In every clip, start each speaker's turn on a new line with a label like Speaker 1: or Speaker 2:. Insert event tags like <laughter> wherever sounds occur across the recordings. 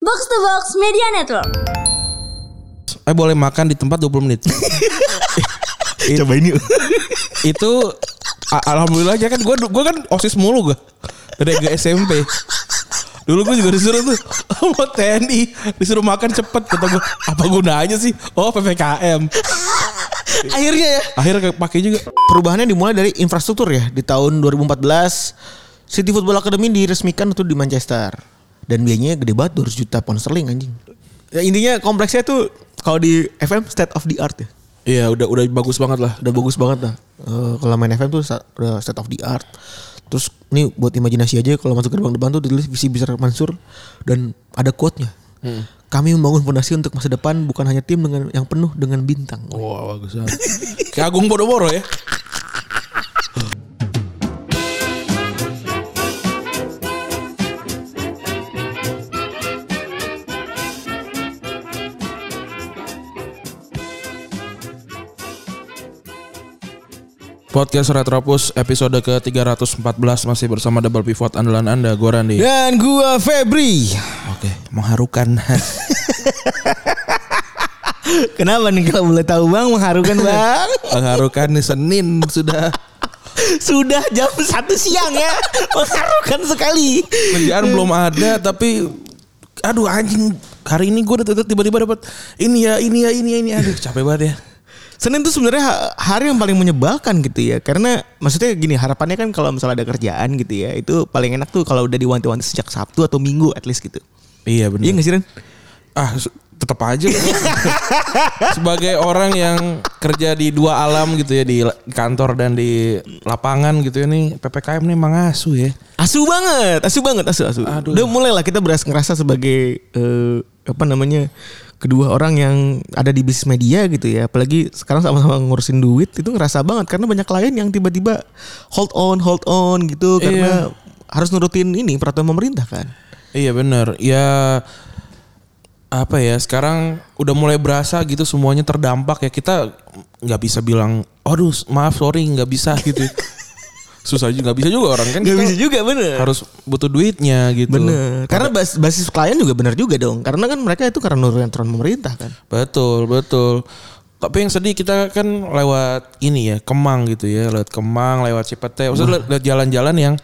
Speaker 1: Box to Box Media Network.
Speaker 2: Eh boleh makan di tempat 20 menit.
Speaker 3: Coba ini.
Speaker 2: itu a- alhamdulillah aja kan gue gua kan osis mulu gue dari gua SMP dulu gue juga disuruh tuh sama TNI disuruh makan cepet kata gue apa gunanya sih oh ppkm
Speaker 3: <laughs> Akhirnya ya.
Speaker 2: akhirnya pakai juga
Speaker 3: Perubahannya dimulai dari infrastruktur ya. Di tahun 2014 City Football Academy diresmikan itu di Manchester. Dan biayanya gede banget 200 juta pound sterling anjing. Ya, intinya kompleksnya tuh kalau di FM state of the art ya.
Speaker 2: iya udah udah bagus banget lah
Speaker 3: udah bagus banget lah. Eh, kalau main FM tuh sa- udah state of the art. Terus nih buat imajinasi aja kalau masuk gerbang depan tuh ditulis visi besar Mansur dan ada quote-nya. Kami membangun fondasi untuk masa depan bukan hanya tim dengan yang penuh dengan bintang.
Speaker 2: wah bagus banget kayak Agung Podomoro ya Podcast Retropus episode ke-314 masih bersama Double Pivot andalan Anda, gue Randy.
Speaker 3: Dan gua Febri.
Speaker 2: Oke, mengharukan.
Speaker 3: Kenapa nih kalau boleh tahu Bang mengharukan <laughs> Bang?
Speaker 2: mengharukan nih, Senin sudah
Speaker 3: Sudah jam satu siang ya. Mengharukan sekali.
Speaker 2: kerjaan belum ada tapi aduh anjing hari ini gue tiba-tiba dapat ini ya ini ya ini ya ini ya. aduh capek banget ya
Speaker 3: Senin tuh sebenarnya ha- hari yang paling menyebalkan gitu ya. Karena maksudnya gini, harapannya kan kalau misalnya ada kerjaan gitu ya, itu paling enak tuh kalau udah diwanti-wanti sejak Sabtu atau Minggu at least gitu.
Speaker 2: iya benar
Speaker 3: Iya nggak sih Ren?
Speaker 2: ah se- tetap aja sebagai orang yang kerja di dua alam gitu ya di la- kantor dan di lapangan gitu ya nih ppkm nih mangasu ya
Speaker 3: Asu banget, asu banget, asu asu.
Speaker 2: Aduh.
Speaker 3: Udah mulailah kita beras ngerasa sebagai eh, apa namanya kedua orang yang ada di bisnis media gitu ya. Apalagi sekarang sama-sama ngurusin duit itu ngerasa banget karena banyak klien yang tiba-tiba hold on, hold on gitu karena harus nurutin ini peraturan pemerintah kan.
Speaker 2: iya benar ya apa ya sekarang udah mulai berasa gitu semuanya terdampak ya kita nggak bisa bilang aduh maaf sorry nggak bisa
Speaker 3: <laughs>
Speaker 2: gitu susah juga nggak bisa juga orang kan
Speaker 3: Gak
Speaker 2: kita-
Speaker 3: bisa juga bener.
Speaker 2: harus butuh duitnya gitu.
Speaker 3: Bener. Karena bas- basis klien juga bener juga dong. Karena kan mereka itu karena nurunin aturan pemerintah kan.
Speaker 2: Betul, betul. Tapi yang sedih kita kan lewat ini ya, Kemang gitu ya, lewat Kemang, lewat Cipete. Maksudnya lewat jalan-jalan yang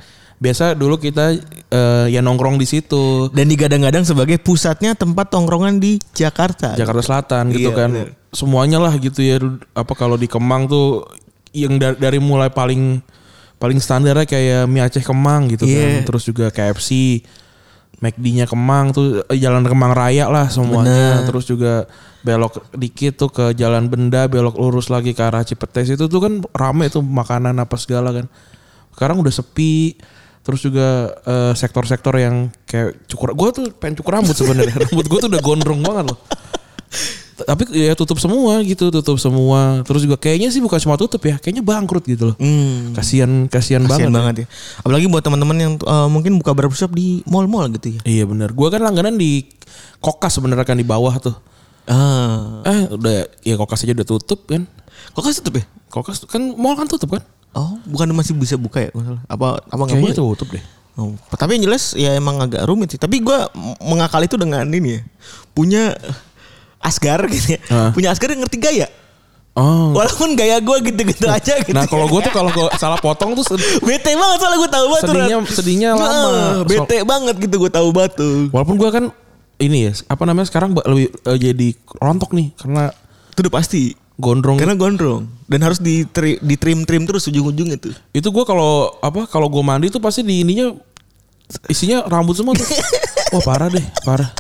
Speaker 2: biasa dulu kita eh, ya nongkrong di situ.
Speaker 3: Dan digadang-gadang sebagai pusatnya tempat tongkrongan di Jakarta.
Speaker 2: Jakarta Selatan gitu
Speaker 3: Iya,
Speaker 2: kan.
Speaker 3: bener.
Speaker 2: Semuanya lah gitu ya. Apa kalau di Kemang tuh yang da- dari mulai paling paling standarnya kayak mie Aceh Kemang gitu
Speaker 3: Iya.
Speaker 2: kan. Terus juga KFC, McD-nya Kemang tuh eh, jalan Kemang Raya lah semuanya. Terus juga belok dikit tuh ke Jalan Benda, belok lurus lagi ke arah Cipetes itu tuh kan rame tuh makanan apa segala kan. Sekarang udah sepi. Terus juga eh, sektor-sektor yang kayak cukur. Gue tuh pengen cukur rambut
Speaker 3: <laughs>
Speaker 2: sebenarnya. rambut gue tuh udah gondrong banget loh tapi ya tutup semua gitu tutup semua terus juga kayaknya sih bukan cuma tutup ya kayaknya bangkrut gitu loh
Speaker 3: Hmm.
Speaker 2: kasihan kasihan banget,
Speaker 3: Kasian banget ya. Apalagi buat teman-teman yang eh, mungkin buka barbershop di mall-mall gitu ya.
Speaker 2: iya benar gua kan langganan di kokas sebenarnya kan di bawah tuh
Speaker 3: Ah.
Speaker 2: eh udah ya kokas aja udah tutup kan
Speaker 3: Kok kan tutup ya?
Speaker 2: kokas kan mall kan tutup kan
Speaker 3: Oh, bukan masih bisa buka ya? Masalah. Apa apa nggak boleh?
Speaker 2: kayaknya tutup deh
Speaker 3: Oh, tapi yang jelas ya emang agak rumit sih. Tapi gua m- mengakali itu dengan ini ya. Punya Asgar gitu ya.
Speaker 2: Ah.
Speaker 3: Punya Asgar yang ngerti gaya.
Speaker 2: oh
Speaker 3: Walaupun gaya gua gitu-gitu aja gitu.
Speaker 2: nah kalau gua tuh kalau gua salah potong tuh sed-
Speaker 3: bete banget soalnya gue tahu banget tuh,
Speaker 2: Sedihnya-
Speaker 3: Ran.
Speaker 2: sedihnya
Speaker 3: Heeh,
Speaker 2: lama.
Speaker 3: bete banget gitu gue tahu banget tuh
Speaker 2: walaupun gua kan ini ya apa namanya sekarang ba- lebih eh, jadi rontok nih karena
Speaker 3: itu udah pasti
Speaker 2: gondrong
Speaker 3: karena gondrong dan harus di di trim trim terus ujung ujungnya tuh
Speaker 2: Itu gua kalau apa kalau gua mandi tuh pasti di ininya isinya rambut semua tuh. Wah parah deh, parah. <laughs>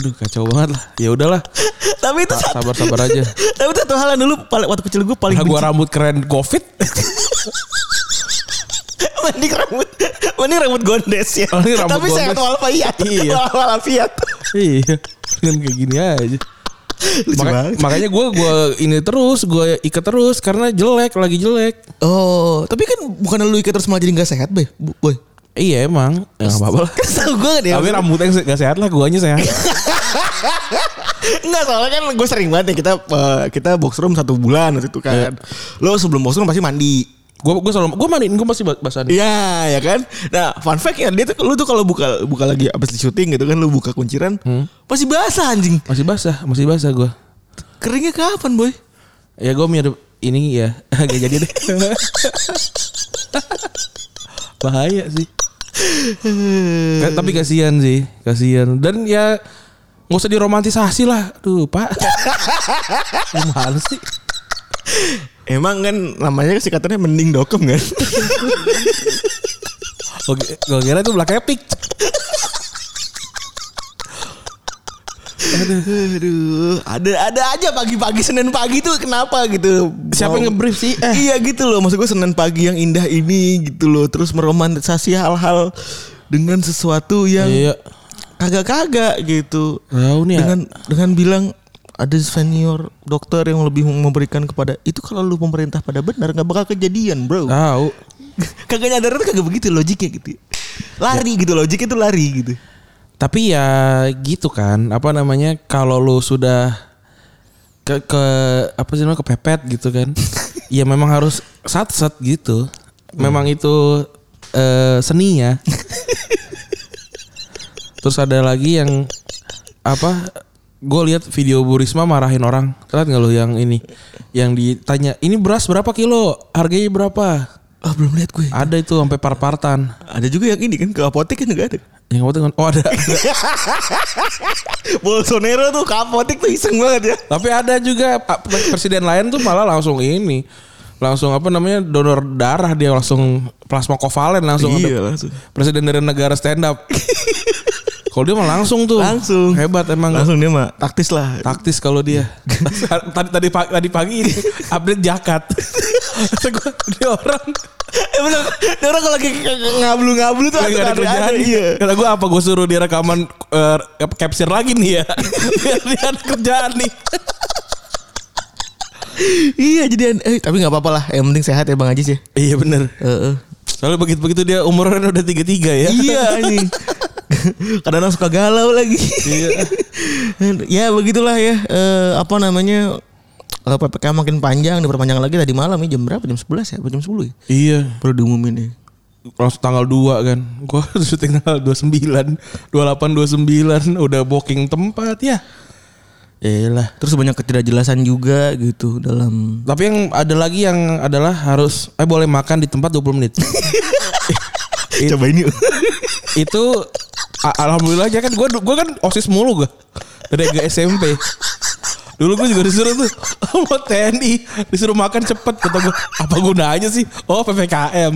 Speaker 2: Aduh kacau banget lah. Ya udahlah,
Speaker 3: <laughs> tapi itu satu
Speaker 2: sabar-sabar aja.
Speaker 3: <laughs> tapi itu satu hal yang dulu paling- waktu kecil gue paling
Speaker 2: Nah, gua rambut keren covid.
Speaker 3: <laughs>
Speaker 2: <laughs>
Speaker 3: mending rambut mending rambut gondes ya
Speaker 2: Mending rambut
Speaker 3: tapi sehat
Speaker 2: gondes.
Speaker 3: walafiat <laughs>
Speaker 2: Iya. <laughs>
Speaker 3: walafiat
Speaker 2: iya, kan kayak gini aja.
Speaker 3: Lucu
Speaker 2: Maka-
Speaker 3: banget.
Speaker 2: makanya gua gua ini terus, gua ikat terus karena jelek, lagi jelek.
Speaker 3: oh tapi kan bukan lu ikat terus malah jadi nggak sehat boy boy
Speaker 2: Iya emang, ya, gak apa-apa lah.
Speaker 3: <laughs> kesel gue kan ya
Speaker 2: Tapi rambutnya gak sehat lah, guanya sehat.
Speaker 3: Enggak soalnya kan gue
Speaker 2: Iya.
Speaker 3: sering banget ya kita eh, kita box room satu bulan waktu itu kan. Lo sebelum box room pasti mandi.
Speaker 2: Gue gue selalu gue mandiin gue masih basah nih.
Speaker 3: Iya, ya kan. Nah, fun fact ya dia tuh lu tuh kalau buka buka lagi abis di syuting gitu kan lu buka kunciran
Speaker 2: Hmm.
Speaker 3: pasti basah anjing.
Speaker 2: Masih basah, masih basah gue.
Speaker 3: Keringnya kapan, boy?
Speaker 2: Ya gue mirip ini ya. <laughs> Gak jadi deh. Bahaya sih. Ka- tapi kasihan sih, kasihan. Dan ya nggak usah diromantisasi lah. Duh, Pak. <laughs> Gimana sih?
Speaker 3: Emang kan namanya singkatannya mending dokem kan?
Speaker 2: Gue kira itu belakangnya pik.
Speaker 3: <laughs> Aduh, ada ada aja pagi-pagi Senin pagi tuh kenapa gitu?
Speaker 2: Siapa yang
Speaker 3: <laughs>
Speaker 2: ngebrief sih? Eh.
Speaker 3: Iya gitu loh, maksud gue Senin pagi yang indah ini gitu loh, terus meromantisasi hal-hal dengan sesuatu yang
Speaker 2: Iya.
Speaker 3: kagak-kagak gitu.
Speaker 2: Tahu nih ya.
Speaker 3: Dengan dengan bilang ada senior dokter yang lebih memberikan kepada itu kalau lu pemerintah pada benar nggak bakal kejadian bro <laughs>
Speaker 2: Tahu.
Speaker 3: kagak nyadar tuh kagak begitu logiknya gitu lari gitu logiknya tuh lari gitu
Speaker 2: Tapi ya gitu kan, apa namanya kalau lu sudah ke ke apa sih namanya kepepet gitu kan. ya memang harus sat-sat gitu. Memang itu eh, seni ya. Terus ada lagi yang apa gue lihat video Bu Risma marahin orang. Lihat nggak lu yang ini? Yang ditanya, "Ini beras berapa kilo? Harganya berapa?"
Speaker 3: ah belum lihat gue
Speaker 2: Ada itu sampai par-partan.
Speaker 3: ada juga yang ini kan ke apotek kan nggak ada
Speaker 2: Yang kamu tuh kan, oh ada.
Speaker 3: <laughs> Bolsonaro tuh ke apotek tuh iseng banget ya
Speaker 2: Tapi ada juga Pak presiden lain tuh malah langsung ini. Langsung apa namanya donor darah dia langsung plasma kovalen langsung ada
Speaker 3: Iya, langsung.
Speaker 2: presiden dari negara stand up. kalau dia mah langsung tuh.
Speaker 3: Langsung.
Speaker 2: Hebat emang.
Speaker 3: langsung dia mah taktis lah
Speaker 2: Taktis kalau dia. <laughs> tadi tadi pagi, tadi pagi ini update jakat. Kata gua, dia orang
Speaker 3: <laughs> eh bener dia orang kalau lagi ngablu-ngablu tuh
Speaker 2: Gak ada kerjaan
Speaker 3: iya
Speaker 2: Kata gue apa gue suruh dia rekaman eh, Capture lagi nih ya <laughs> Biar dia ada kerjaan nih
Speaker 3: iya jadi eh, tapi nggak apa-apa lah yang penting sehat ya bang Ajis ya
Speaker 2: Iya bener
Speaker 3: <laughs> Heeh.
Speaker 2: Soalnya begitu-begitu dia umurnya udah 33 ya
Speaker 3: iya <laughs> anjing kadang suka galau lagi
Speaker 2: Iya.
Speaker 3: <laughs> ya begitulah ya Eh, apa namanya eh, PPKM makin panjang diperpanjang lagi tadi malam ya jam berapa jam 11 ya Apa jam 10 ya
Speaker 2: Iya,
Speaker 3: perlu diumumin ya
Speaker 2: langsung tanggal 2 kan. Gua <laughs> syuting tanggal 29, 28, 29 udah booking tempat ya. Iyalah.
Speaker 3: terus banyak ketidakjelasan juga gitu <laughs> dalam
Speaker 2: Tapi yang ada lagi yang adalah harus eh boleh makan di tempat 20 menit.
Speaker 3: coba ini
Speaker 2: Itu a- alhamdulillah aja kan gua gua kan OSIS mulu gua. Dari gua SMP. Dulu gue juga disuruh tuh mau TNI disuruh makan cepet kata gue apa gunanya sih oh ppkm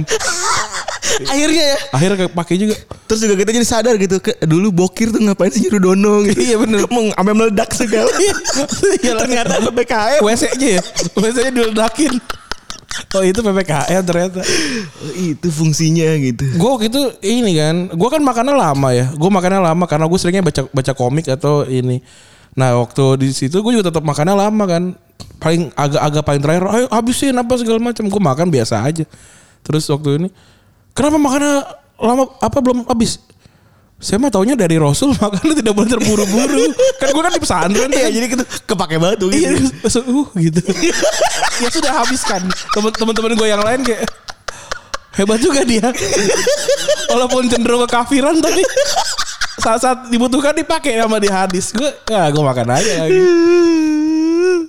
Speaker 3: <laughs> akhirnya ya
Speaker 2: akhirnya pakai juga
Speaker 3: terus juga kita jadi sadar gitu ke, dulu bokir tuh ngapain sih nyuruh dono <laughs> gitu
Speaker 2: Iya, bener.
Speaker 3: Meng- sampai meledak segala ternyata PPKM
Speaker 2: WC aja ya WC nya diledakin Oh itu PPKM ternyata
Speaker 3: <laughs> Oh, itu fungsinya gitu
Speaker 2: Gue waktu itu ini kan Gue kan makannya lama ya Gue makannya lama karena gue seringnya baca baca komik atau ini Nah waktu di situ gue juga tetap makannya lama kan Paling agak-agak paling terakhir Ayo habisin apa segala macam Gue makan biasa aja Terus waktu ini Kenapa makannya lama apa belum habis saya mah taunya dari Rasul <laughs> makannya tidak boleh terburu-buru. kan gue kan di pesantren tuh ya, jadi kita
Speaker 3: kepake banget tuh
Speaker 2: Iya,
Speaker 3: gitu.
Speaker 2: terus langsung, uh gitu. <laughs> ya sudah habiskan. Temen- Teman-teman gue yang lain kayak hebat juga dia. <laughs> Walaupun cenderung kekafiran tapi saat-saat dibutuhkan dipakai sama di hadis. Gue ya gue makan aja lagi.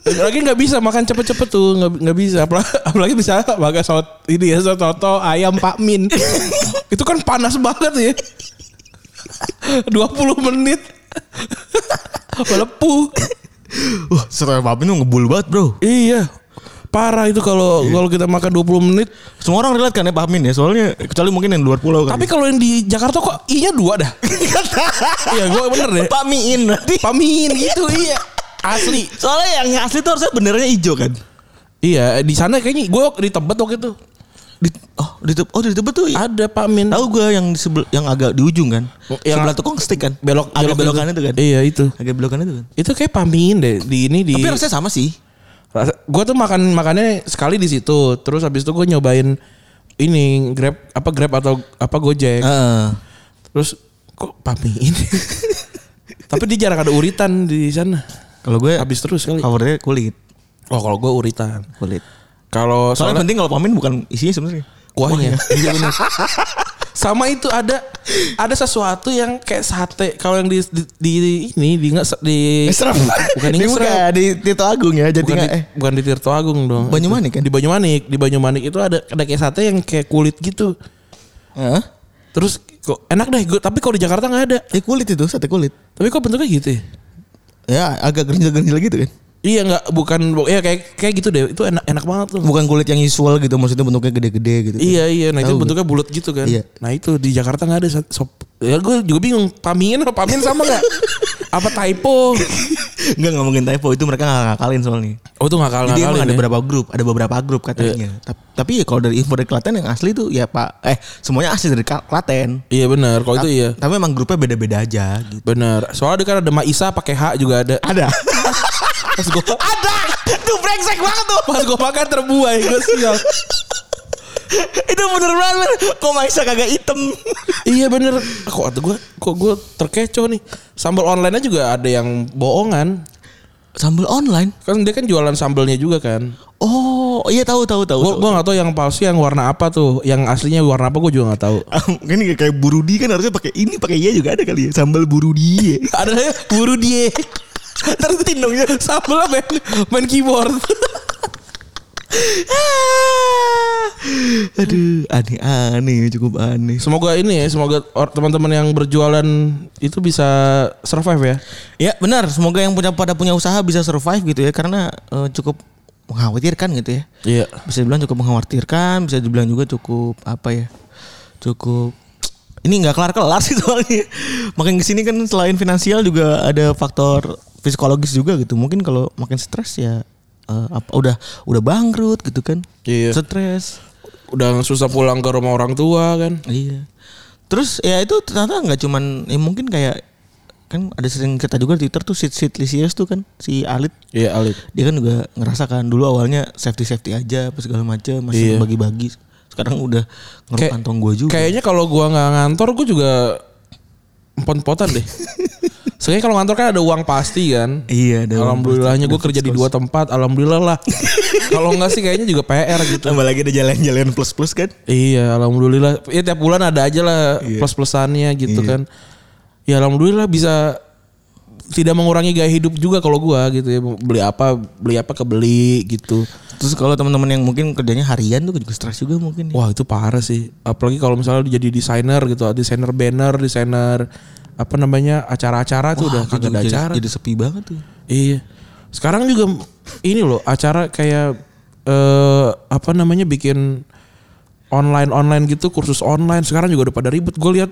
Speaker 2: Lagi nggak bisa makan cepet-cepet tuh nggak nggak bisa apalagi, <laughs> apalagi bisa makan saut ini ya saut toto ayam Pak Min <laughs> itu kan panas banget ya <laughs> 20 menit <laughs> melepuh
Speaker 3: <laughs> Wah, setelah papin tuh ngebul banget bro.
Speaker 2: Iya. Parah itu kalau
Speaker 3: Iya.
Speaker 2: kalau kita makan 20 menit.
Speaker 3: Semua orang relate kan ya Pak Amin ya Soalnya kecuali mungkin yang di luar pulau kan
Speaker 2: Tapi kalau yang di Jakarta kok i-nya dua dah. Iya, gue bener deh.
Speaker 3: Pak Miin nanti
Speaker 2: Pamin gitu iya. Asli.
Speaker 3: Soalnya yang asli tuh harusnya benernya hijau kan
Speaker 2: Iya, di sana kayaknya gue di Tebet waktu itu.
Speaker 3: di, Oh di Teb- oh, di Tebet tuh
Speaker 2: Ada Pamin.
Speaker 3: Tahu gue yang di sebel, yang agak di ujung kan
Speaker 2: Yang-
Speaker 3: Sebelah tukang stick kan
Speaker 2: Belok
Speaker 3: Agak belokannya
Speaker 2: itu.
Speaker 3: tuh kan
Speaker 2: Iya, itu.
Speaker 3: Agak belokannya tuh kan Iya.
Speaker 2: Itu kayak Pamin deh di ini di
Speaker 3: Tapi rasanya sama sih
Speaker 2: Gue tuh makan makannya sekali di situ. Terus habis itu gue nyobain ini Grab apa Grab atau apa Gojek.
Speaker 3: Heeh.
Speaker 2: Terus kok Pamin. Tapi dia jarang ada uritan di sana.
Speaker 3: Kalau gue
Speaker 2: Habis terus kali.
Speaker 3: Favoritnya kulit
Speaker 2: Oh kalau gue uritan.
Speaker 3: Kulit
Speaker 2: Kalau
Speaker 3: Soalnya
Speaker 2: soalnya
Speaker 3: penting kalau pamin bukan isinya sebenarnya.
Speaker 2: kuahnya. Iya bener. Sama itu ada ada sesuatu yang kayak sate. Kalau yang di, di, di- ini di nge- di bukan di
Speaker 3: Di
Speaker 2: ngeserap.
Speaker 3: Iya. <laughs> bukan, di Tito Agung ya. Jadi
Speaker 2: bukan di,
Speaker 3: nggak eh
Speaker 2: bukan di Tirto Agung dong.
Speaker 3: Banyumanik kan?
Speaker 2: Di Banyumanik, di Banyumanik itu ada ada kayak sate yang kayak kulit gitu.
Speaker 3: Hah?
Speaker 2: Terus kok enak deh, gua, tapi kalau di Jakarta nggak ada.
Speaker 3: Eh kulit itu sate kulit.
Speaker 2: Tapi kok bentuknya gitu ya?
Speaker 3: Ya agak gerinjal-gerinjal gitu kan.
Speaker 2: Iya nggak bukan ya kayak kayak gitu deh. Itu enak enak banget tuh.
Speaker 3: Bukan kulit yang usual gitu maksudnya bentuknya gede-gede gitu. <laughs>
Speaker 2: Iya iya, nah itu
Speaker 3: Tahu
Speaker 2: bentuknya bulat gitu kan.
Speaker 3: Iya.
Speaker 2: Nah itu di Jakarta nggak ada sat- sop. Ya gue juga bingung, pamin apa pamin sama
Speaker 3: <laughs>
Speaker 2: nggak? apa typo?
Speaker 3: Enggak ngomongin typo itu mereka nggak ngakalin soalnya.
Speaker 2: Oh itu nggak kalah
Speaker 3: Jadi emang ada
Speaker 2: kali.
Speaker 3: beberapa grup, ada beberapa grup katanya. Tap- Tapi ya kalau dari info dari Klaten yang asli tuh ya Pak eh semuanya asli dari Ka- Klaten.
Speaker 2: Iya benar, kalau itu iya.
Speaker 3: Tapi emang grupnya beda-beda aja gitu.
Speaker 2: Benar. Soalnya kan ada Maisa pakai H juga
Speaker 3: <laughs>
Speaker 2: ada.
Speaker 3: Ada.
Speaker 2: Pas gue
Speaker 3: ada. Tuh brengsek banget tuh.
Speaker 2: pas gue makan terbuai gue sial.
Speaker 3: itu bener banget. Kok Maisa kagak item.
Speaker 2: iya bener. Kok gue kok gue terkecoh nih. Sambal online juga ada yang bohongan.
Speaker 3: Sambal online.
Speaker 2: Kan dia kan jualan sambalnya juga kan.
Speaker 3: Oh, iya tahu tahu tahu.
Speaker 2: Gue
Speaker 3: tahu.
Speaker 2: gue nggak tahu yang palsu yang warna apa tuh. Yang aslinya warna apa gue juga nggak tahu.
Speaker 3: Kan <laughs> ini kayak burudi kan harusnya pakai ini pakai iya juga ada kali ya. Sambal <laughs> burudi. ya.
Speaker 2: ada buru dia tertin dong ya sambil main, main keyboard
Speaker 3: Aduh, aneh-aneh, cukup aneh.
Speaker 2: semoga ini ya semoga or- teman-teman yang berjualan itu bisa survive ya
Speaker 3: Ya benar, semoga yang punya pada punya usaha bisa survive gitu ya karena eh, cukup mengkhawatirkan gitu ya.
Speaker 2: iya
Speaker 3: Bisa dibilang cukup mengkhawatirkan, bisa dibilang juga cukup apa ya? Cukup ini nggak kelar-kelar sih <laughs> soalnya. Makin kesini kan selain finansial juga ada faktor psikologis juga gitu. Mungkin kalau makin stres ya eh, apa udah udah bangkrut gitu kan.
Speaker 2: Iya.
Speaker 3: Stres.
Speaker 2: udah susah pulang ke rumah orang tua kan
Speaker 3: Iya. Terus ya itu ternyata nggak cuman ya mungkin kayak kan ada sering cerita juga di Twitter tuh sit sit Lisius tuh kan si Alit
Speaker 2: iya Alit
Speaker 3: dia kan juga ngerasakan dulu awalnya safety safety aja apa segala macam
Speaker 2: Iya.
Speaker 3: masih bagi-bagi sekarang udah ngeruk
Speaker 2: Kayak-
Speaker 3: kantong gue juga
Speaker 2: kayaknya kalau gua nggak ngantor gua juga empon-potan <laughs> deh Sebenarnya kalau ngantor kan ada uang pasti kan
Speaker 3: iya ada
Speaker 2: Alhamdulillahnya gue kerja di dua tempat Alhamdulillah <laughs> lah Kalau nggak sih kayaknya juga PR gitu
Speaker 3: tambah lagi ada jalan-jalan plus plus kan
Speaker 2: Iya, alhamdulillah. Ya tiap bulan ada aja lah
Speaker 3: Iya.
Speaker 2: plus-plusannya gitu
Speaker 3: Iya.
Speaker 2: kan. Ya alhamdulillah bisa tidak mengurangi gaya hidup juga kalau gua gitu ya. Beli apa, beli apa kebeli gitu.
Speaker 3: terus kalau teman-teman yang mungkin kerjanya harian tuh juga stres juga mungkin ya.
Speaker 2: Wah, itu parah sih. Apalagi kalau misalnya jadi desainer gitu, desainer banner, desainer apa namanya acara-acara tuh udah
Speaker 3: Wah,
Speaker 2: kagak ada
Speaker 3: jadi,
Speaker 2: acara.
Speaker 3: jadi sepi banget tuh
Speaker 2: Iya. Sekarang juga ini loh acara kayak eh apa namanya bikin online online gitu kursus online sekarang juga udah pada ribet. Gue lihat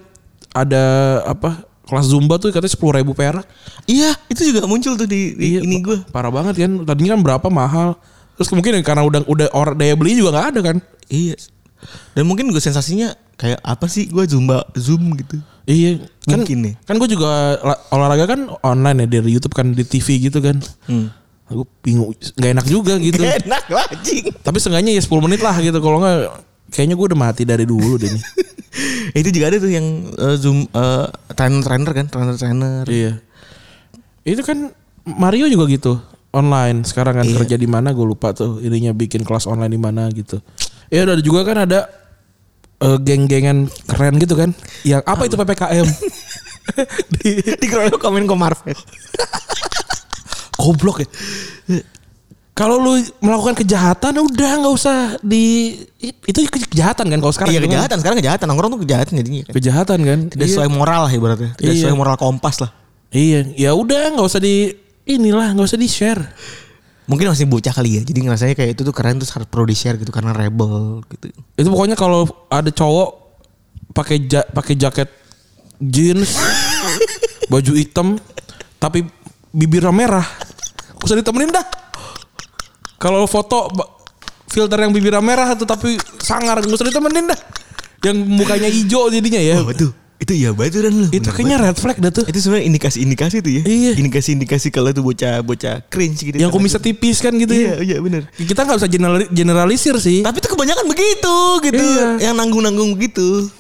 Speaker 2: ada apa kelas zumba tuh katanya sepuluh ribu perak.
Speaker 3: iya itu juga muncul tuh di, di
Speaker 2: Iya,
Speaker 3: ini gue
Speaker 2: Parah banget kan. Tadinya kan berapa mahal. Terus mungkin ya karena udah udah or, daya beli juga nggak ada kan.
Speaker 3: Iya. Dan mungkin gue sensasinya kayak apa sih gue zumba zoom gitu.
Speaker 2: Iya, kan,
Speaker 3: Mungkin nih.
Speaker 2: kan gue juga la- olahraga kan online ya dari YouTube kan di TV gitu kan. Aku bingung, nggak enak juga gitu.
Speaker 3: Enak lah anjing. <laughs>
Speaker 2: Tapi seenggaknya ya 10 menit lah gitu. Kalau nggak kayaknya gue udah mati dari dulu deh nih.
Speaker 3: <laughs> Itu juga ada tuh yang eh, zoom trainer trainer kan trainer trainer. <laughs>
Speaker 2: iya. Itu kan Mario juga gitu online sekarang
Speaker 3: Iya.
Speaker 2: kan kerja di mana gue lupa tuh ininya bikin kelas online di mana gitu. Ya udah juga kan ada eh, geng-gengan keren gitu kan. Yang apa itu
Speaker 3: <laughs>
Speaker 2: PPKM?
Speaker 3: di di Krono komen ke Marvel.
Speaker 2: Goblok ya. Kalau lu melakukan kejahatan udah nggak usah di itu kejahatan kan kalau sekarang
Speaker 3: Iya
Speaker 2: gitu kan?
Speaker 3: kejahatan sekarang kejahatan nongkrong tuh kejahatan jadinya. Kan.
Speaker 2: Kejahatan kan.
Speaker 3: Tidak
Speaker 2: Iya.
Speaker 3: sesuai moral lah ibaratnya. Tidak
Speaker 2: Iya.
Speaker 3: sesuai moral kompas lah.
Speaker 2: Iya, ya udah nggak usah di inilah nggak usah di share.
Speaker 3: Mungkin masih bocah kali ya. Jadi ngerasanya kayak itu tuh keren terus harus pro di share gitu karena rebel gitu.
Speaker 2: Itu pokoknya kalau ada cowok pakai ja- pakai jaket <laughs> jeans, baju hitam, tapi bibirnya merah, nggak usah ditemenin dah. Kalau foto ba- filter yang bibirnya merah tuh tapi sangar nggak usah ditemenin dah. Yang mukanya hijau jadinya ya.
Speaker 3: betul. Itu iya betul dan lu.
Speaker 2: itu kayaknya red flag dah tuh.
Speaker 3: itu sebenarnya indikasi-indikasi tuh ya.
Speaker 2: Iya.
Speaker 3: Indikasi-indikasi kalau tuh bocah-bocah cringe gitu.
Speaker 2: Yang kumisnya tipis kan gitu ya.
Speaker 3: Iya, iya benar.
Speaker 2: Kita nggak bisa generali- generalisir sih.
Speaker 3: Tapi tuh kebanyakan begitu gitu,
Speaker 2: Iya.
Speaker 3: <clears throat> yang nanggung-nanggung begitu.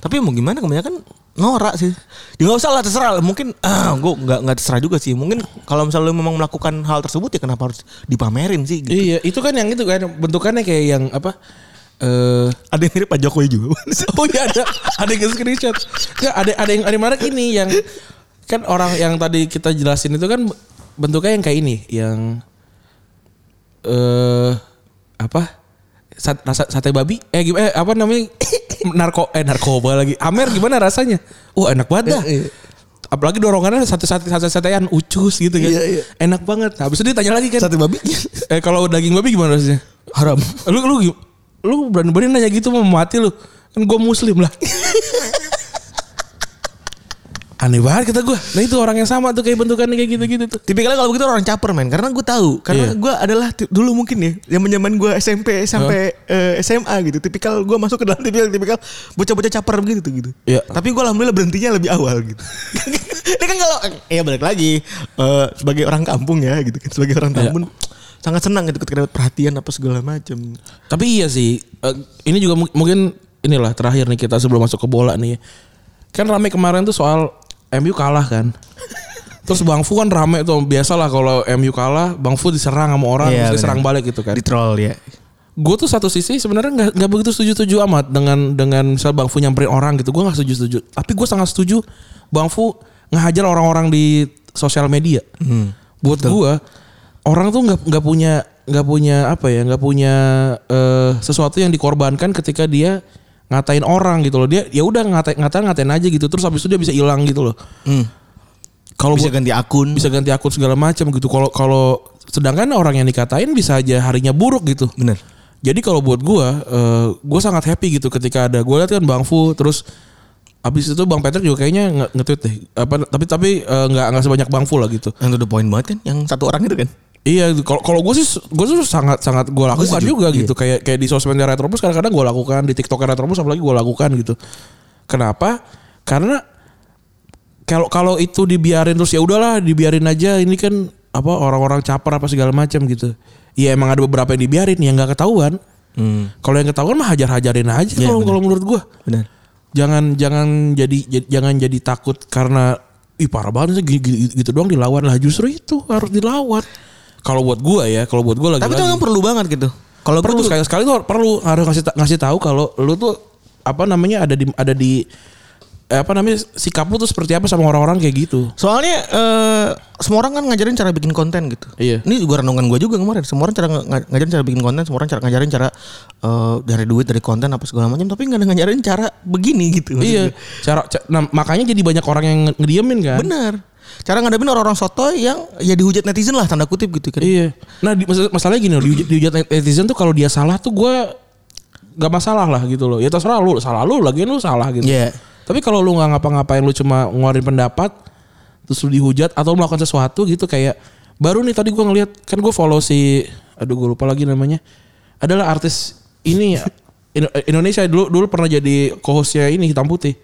Speaker 3: Tapi mau gimana kebanyakan norak sih. Ya nggak usah lah terserah. Mungkin <clears throat> ah, gue nggak nggak terserah juga sih. Mungkin kalau misalnya lu memang melakukan hal tersebut ya kenapa harus dipamerin sih? Gitu.
Speaker 2: Iya, itu kan yang itu kan bentukannya kayak yang apa? Eh,
Speaker 3: Ada yang mirip Pak Jokowi juga. <laughs>
Speaker 2: <laughs> oh iya ada, ada yang screenshot. Enggak, ada ada yang ada yang menarik ini yang kan orang yang tadi kita jelasin itu kan bentuknya yang kayak ini, yang eh apa? Sat, rasa sate babi? Eh gimana eh, apa namanya? <laughs> narko eh narkoba lagi. Amer gimana rasanya? Wah, enak
Speaker 3: Nah,
Speaker 2: banget dah.
Speaker 3: Iya.
Speaker 2: Apalagi dorongannya satu sate sate satean ucus gitu kan.
Speaker 3: Iya, iya.
Speaker 2: Enak banget. Nah, habis itu dia tanya lagi kan.
Speaker 3: Sate babi <laughs>
Speaker 2: Eh kalau daging babi gimana rasanya?
Speaker 3: haram.
Speaker 2: Lu lu gi- lu berani-berani nanya gitu mau mati lu. Kan gue muslim
Speaker 3: <laughs>
Speaker 2: lah. Aneh banget kata gue. Nah itu orang yang sama tuh kayak bentukannya kayak gitu-gitu tuh.
Speaker 3: Tipikalnya kalau begitu orang caper men Karena gue tahu Karena
Speaker 2: Iya.
Speaker 3: gue adalah ti- Dulu mungkin ya zaman zaman gue SMP Sampai eh, SMA gitu Tipikal gue masuk ke dalam tipikal Tipikal bocah-bocah caper begitu tuh, gitu
Speaker 2: Iya.
Speaker 3: Tapi gue alhamdulillah berhentinya lebih awal
Speaker 2: <laughs>
Speaker 3: gitu Ini kan kalau Ya balik lagi eh, Sebagai orang kampung ya gitu kan Sebagai orang
Speaker 2: Iya.
Speaker 3: kampun Sangat senang gitu ketika dapat perhatian apa segala macam.
Speaker 2: Tapi iya sih. eh, ini juga mu- mungkin inilah terakhir nih kita sebelum masuk ke bola nih. Kan rame kemarin tuh soal MU kalah kan. Terus Bang Fu kan rame tuh biasalah kalau MU kalah, Bang Fu diserang sama orang, terus
Speaker 3: Iya, benar.
Speaker 2: diserang balik gitu kan.
Speaker 3: Di troll ya.
Speaker 2: gue tuh satu sisi sebenarnya nggak nggak begitu setuju setuju amat dengan dengan misal bang Fu nyamperin orang gitu gue nggak setuju setuju tapi gue sangat setuju bang Fu ngehajar orang-orang di sosial media buat gue orang tuh nggak nggak punya nggak punya apa ya nggak punya eh, sesuatu yang dikorbankan ketika dia ngatain orang gitu loh dia ya udah ngatain ngatain ngatain aja gitu terus habis itu dia bisa hilang gitu loh kalau
Speaker 3: Hmm. Bisa
Speaker 2: buat-
Speaker 3: ganti akun.
Speaker 2: bisa ganti akun segala macam gitu kalau kalau sedangkan orang yang dikatain bisa aja harinya buruk gitu
Speaker 3: Bener.
Speaker 2: jadi kalau buat gua, eh, gua sangat happy gitu ketika ada gua lihat kan Bang Fu terus abis itu Bang Patrick juga kayaknya nge- nge-tweet deh. Apa tapi tapi eh, nggak nggak sebanyak Bang Fu lah gitu.
Speaker 3: Yang to the point banget kan. Yang satu orang itu kan.
Speaker 2: Iya, kalau kalau gua sih gua tuh sangat sangat gua lakukan
Speaker 3: setuju,
Speaker 2: juga gitu. Kayak kayak di sosmednya Retropus kadang-kadang gua lakukan, di TikTok Retropus apalagi gua lakukan gitu. Kenapa? Karena kalau kalau itu dibiarin terus ya udahlah dibiarin aja ini kan apa orang-orang caper apa segala macam gitu. Ya emang ada beberapa yang dibiarin yang nggak ketahuan. Kalau yang ketahuan mah hajar-hajarin aja
Speaker 3: Iya,
Speaker 2: kalau
Speaker 3: bener.
Speaker 2: kalau menurut gua.
Speaker 3: Bener.
Speaker 2: Jangan jangan jadi j- jangan jadi takut karena ih parah banget sih gini- gini- gitu doang dilawan lah justru itu harus dilawan. Kalau buat gua ya, kalau buat gua lagi.
Speaker 3: Tapi itu emang perlu banget gitu. Kalau
Speaker 2: perlu
Speaker 3: gue
Speaker 2: sekali sekali tuh perlu harus ngasih ta- ngasih tahu kalau lu tuh apa namanya ada di ada di eh, apa namanya sikap lu tuh seperti apa sama orang-orang kayak gitu.
Speaker 3: Soalnya eh, semua orang kan ngajarin cara bikin konten gitu.
Speaker 2: Iya.
Speaker 3: Ini juga renungan gue juga kemarin. Semua orang cara nga- ngajarin cara bikin konten, semua orang cara ngajarin cara eh, dari duit dari konten apa segala macam. Tapi nggak ada ngajarin cara begini gitu.
Speaker 2: Iya, cara ca- nah, makanya jadi banyak orang yang nge- ngediemin kan.
Speaker 3: Bener. Cara ngadepin orang-orang sotoy yang ya dihujat netizen lah tanda kutip gitu kan.
Speaker 2: Iya. Nah, di, mas- masalahnya gini loh, dihujat, dihujat netizen tuh kalau dia salah tuh gue gak masalah lah gitu loh. Ya terserah lu, salah lu, lagian lu salah gitu.
Speaker 3: Iya.
Speaker 2: Tapi kalau lu nggak ngapa-ngapain, lu cuma ngeluarin pendapat, terus lu dihujat atau melakukan sesuatu gitu kayak baru nih tadi gue ngeliat kan gue follow si aduh gue lupa lagi namanya adalah artis ini ya, <laughs> Indo- Indonesia dulu dulu pernah jadi co-hostnya ini hitam putih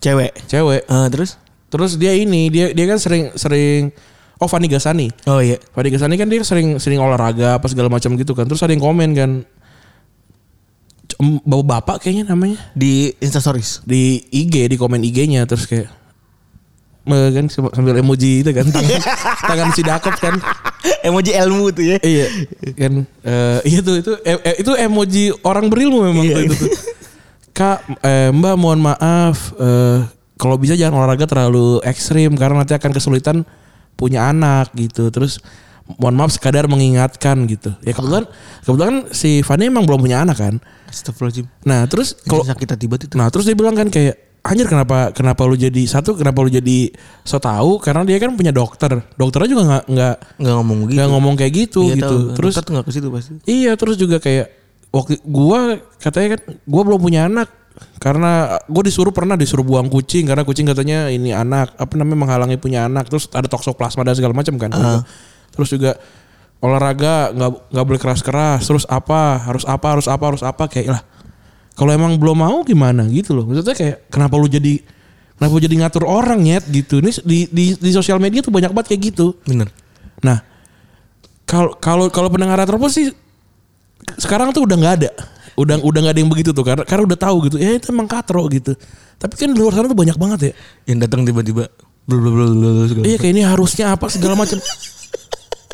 Speaker 3: Cewek.
Speaker 2: cewek
Speaker 3: Eh, terus?
Speaker 2: terus dia ini dia dia kan sering sering oh Fani Gasani
Speaker 3: Oh iya.
Speaker 2: Fadi Kesani kan dia sering sering olahraga apa segala macam gitu kan. Terus ada yang komen kan C- em, bapak-bapak kayaknya namanya
Speaker 3: Di instastories.
Speaker 2: di IG di komen IG-nya terus kayak eh, kan sam- sambil emoji itu kan tangan, tangan si Dakop kan
Speaker 3: <laughs> Emoji ilmu tuh ya.
Speaker 2: iya kan eh, iya tuh itu eh, eh, itu emoji orang berilmu memang
Speaker 3: Iya.
Speaker 2: tuh, itu tuh. Kak eh, Mbak mohon maaf eh, kalau bisa jangan olahraga terlalu ekstrim karena nanti akan kesulitan punya anak gitu terus mohon maaf sekadar mengingatkan gitu ya kebetulan kebetulan si Fanny emang belum punya anak kan
Speaker 3: Astagfirullahaladzim.
Speaker 2: nah terus
Speaker 3: Kalau
Speaker 2: kalau
Speaker 3: sakit tiba itu.
Speaker 2: Nah terus dia bilang kan kayak Anjir kenapa kenapa lu jadi satu kenapa lu jadi so tahu karena dia kan punya dokter dokternya juga nggak nggak
Speaker 3: Nggak ngomong gitu.
Speaker 2: nggak ngomong kayak gitu
Speaker 3: Iya,
Speaker 2: gitu
Speaker 3: tahu.
Speaker 2: terus
Speaker 3: Dokter tuh nggak ke situ pasti.
Speaker 2: iya terus juga kayak waktu gua katanya kan gua belum punya anak karena gua disuruh pernah disuruh buang kucing karena kucing katanya ini anak apa namanya menghalangi punya anak terus ada toksoplasma dan segala macam kan terus juga olahraga nggak nggak boleh keras keras terus apa harus apa harus apa harus apa kayak lah kalau emang belum mau gimana gitu loh maksudnya kayak kenapa lu jadi kenapa lu jadi ngatur orang nyet gitu ini di di di sosial media tuh banyak banget kayak gitu
Speaker 3: Bener.
Speaker 2: Nah, kalau kalau kalau pendengar Retropos sih sekarang tuh udah nggak ada udah udah nggak ada yang begitu tuh karena karena udah tahu gitu ya itu emang katro gitu tapi kan di luar sana tuh banyak banget ya
Speaker 3: yang datang tiba-tiba blablabla segala.
Speaker 2: iya kayak ini harusnya apa segala macam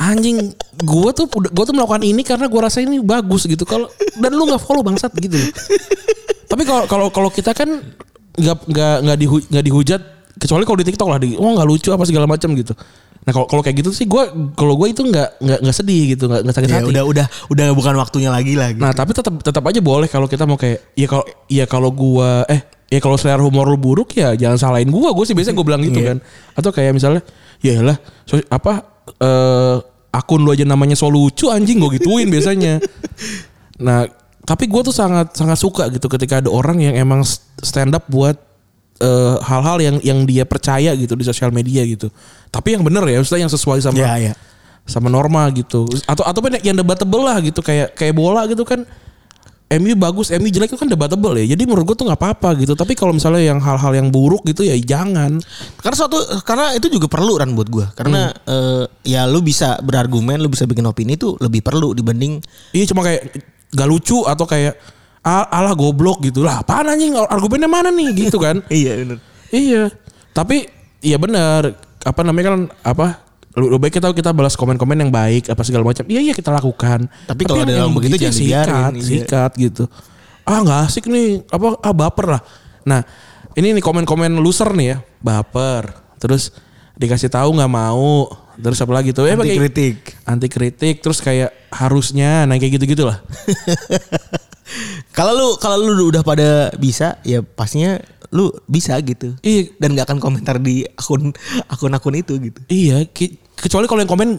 Speaker 2: anjing gua tuh udah- gua tuh melakukan ini karena gua rasa ini bagus gitu kalau dan lu nggak follow bangsat gitu loh. tapi kalau kalau kalau kita kan nggak nggak nggak dihu- nggak dihujat kecuali kalau di TikTok lah di oh nggak lucu apa segala macam gitu nah kalau kalau kayak gitu sih gua kalau gua itu nggak nggak nggak sedih gitu nggak nggak sakit
Speaker 3: Ya
Speaker 2: hati
Speaker 3: udah udah udah bukan waktunya lagi lah gitu.
Speaker 2: Nah, tapi tetap tetap aja boleh kalau kita mau kayak ya kalau ya kalau gua eh ya kalau selera humor lu buruk ya jangan salahin gua. Gua sih biasanya gua bilang gitu
Speaker 3: Iya.
Speaker 2: kan. Atau kayak misalnya ya lah so- apa eh akun lu aja namanya so lucu anjing gua gituin
Speaker 3: <laughs>
Speaker 2: biasanya. Nah, tapi gua tuh sangat sangat suka gitu ketika ada orang yang emang s- stand up buat eh, hal-hal yang yang dia percaya gitu di sosial media gitu. Tapi yang bener ya, maksudnya yang sesuai sama
Speaker 3: ya ya.
Speaker 2: sama norma gitu atau atau pun yang debatable lah gitu kayak kayak bola gitu kan MU bagus MU jelek itu kan debatable ya jadi menurut gue tuh nggak apa-apa gitu tapi kalau misalnya yang hal-hal yang buruk gitu ya jangan
Speaker 3: Karena suatu karena itu juga perlu kan buat gua. Karena eh, ya lu bisa berargumen, lu bisa bikin opini itu lebih perlu dibanding
Speaker 2: iya cuma kayak gak lucu atau kayak "Ah, alah goblok gitu lah apaan anjing argumennya mana nih gitu kan
Speaker 3: Iya benar.
Speaker 2: Iya. Tapi iya benar. Apa namanya kan apa? Lu lebih baik kita kita balas komen-komen yang baik apa segala macam. Iya iya kita lakukan.
Speaker 3: Tapi kalau
Speaker 2: yang-
Speaker 3: ada
Speaker 2: gitu ya
Speaker 3: yang begitu jangan
Speaker 2: sikat,
Speaker 3: dibiarin, iya.
Speaker 2: sikat gitu. Ah nggak asik nih. Apa ah baper lah. Nah ini nih komen-komen loser nih ya. Baper. Terus dikasih tahu nggak mau. Terus apa lagi tuh? Eh,
Speaker 3: Anti
Speaker 2: pakai-
Speaker 3: kritik.
Speaker 2: Anti kritik. Terus kayak harusnya. Nah kayak gitu gitulah.
Speaker 3: <laughs> Kalau lu kalau lu udah pada bisa ya pastinya lu bisa gitu.
Speaker 2: Iya.
Speaker 3: Dan nggak akan komentar di akun akun-akun itu gitu.
Speaker 2: Iya, ke- kecuali kalau yang komen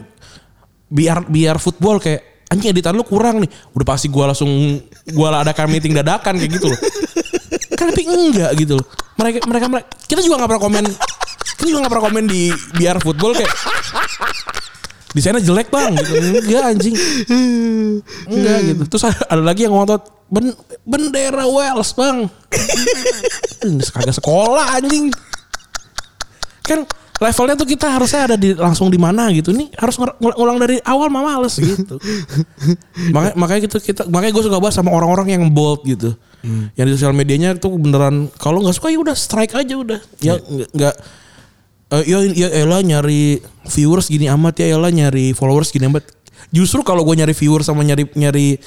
Speaker 2: biar biar football kayak anjing editan lu kurang nih. Udah pasti gua langsung gua adakan meeting dadakan kayak gitu loh. Kan tapi enggak gitu loh. Mereka mereka, mereka kita juga nggak pernah komen kita juga nggak pernah komen di biar football kayak desainnya jelek bang gitu. enggak anjing enggak gitu terus ada, ada lagi yang ngotot "Ben- bendera Wales bang <laughs> Ini kagak sekolah anjing kan levelnya tuh kita harusnya ada di langsung di mana gitu nih harus ngur- ngul- ngulang dari awal mah males <laughs> gitu makanya makanya gitu kita makanya gue suka bahas sama orang-orang yang bold gitu yang di sosial medianya tuh beneran kalau nggak suka ya udah strike aja udah ya nggak- nggak eh, ya ya elah nyari viewers gini amat ya elah nyari followers gini amat justru kalau gue nyari viewers sama nyari nyari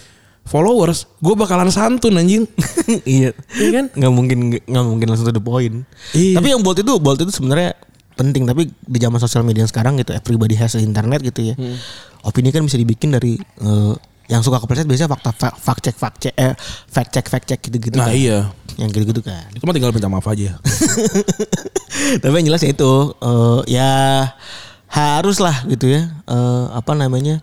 Speaker 2: followers gue bakalan santun anjing
Speaker 3: <laughs> iya.
Speaker 2: Iya kan?
Speaker 3: Nggak mungkin nggak mungkin langsung to the point.
Speaker 2: Iya.
Speaker 3: Tapi yang bold itu bold itu sebenarnya penting tapi di zaman sosial media yang sekarang gitu everybody has the internet gitu ya.
Speaker 2: Hmm.
Speaker 3: Opini kan bisa dibikin dari eh, yang suka kepleset biasanya fakta fa- fact check fact check eh, fact check fact check gitu-gitu.
Speaker 2: nah
Speaker 3: kan.
Speaker 2: iya
Speaker 3: Yang gitu-gitu kan. <laughs>
Speaker 2: itu mah tinggal minta maaf aja
Speaker 3: Tapi yang jelas ya itu eh, ya haruslah gitu ya eh, apa namanya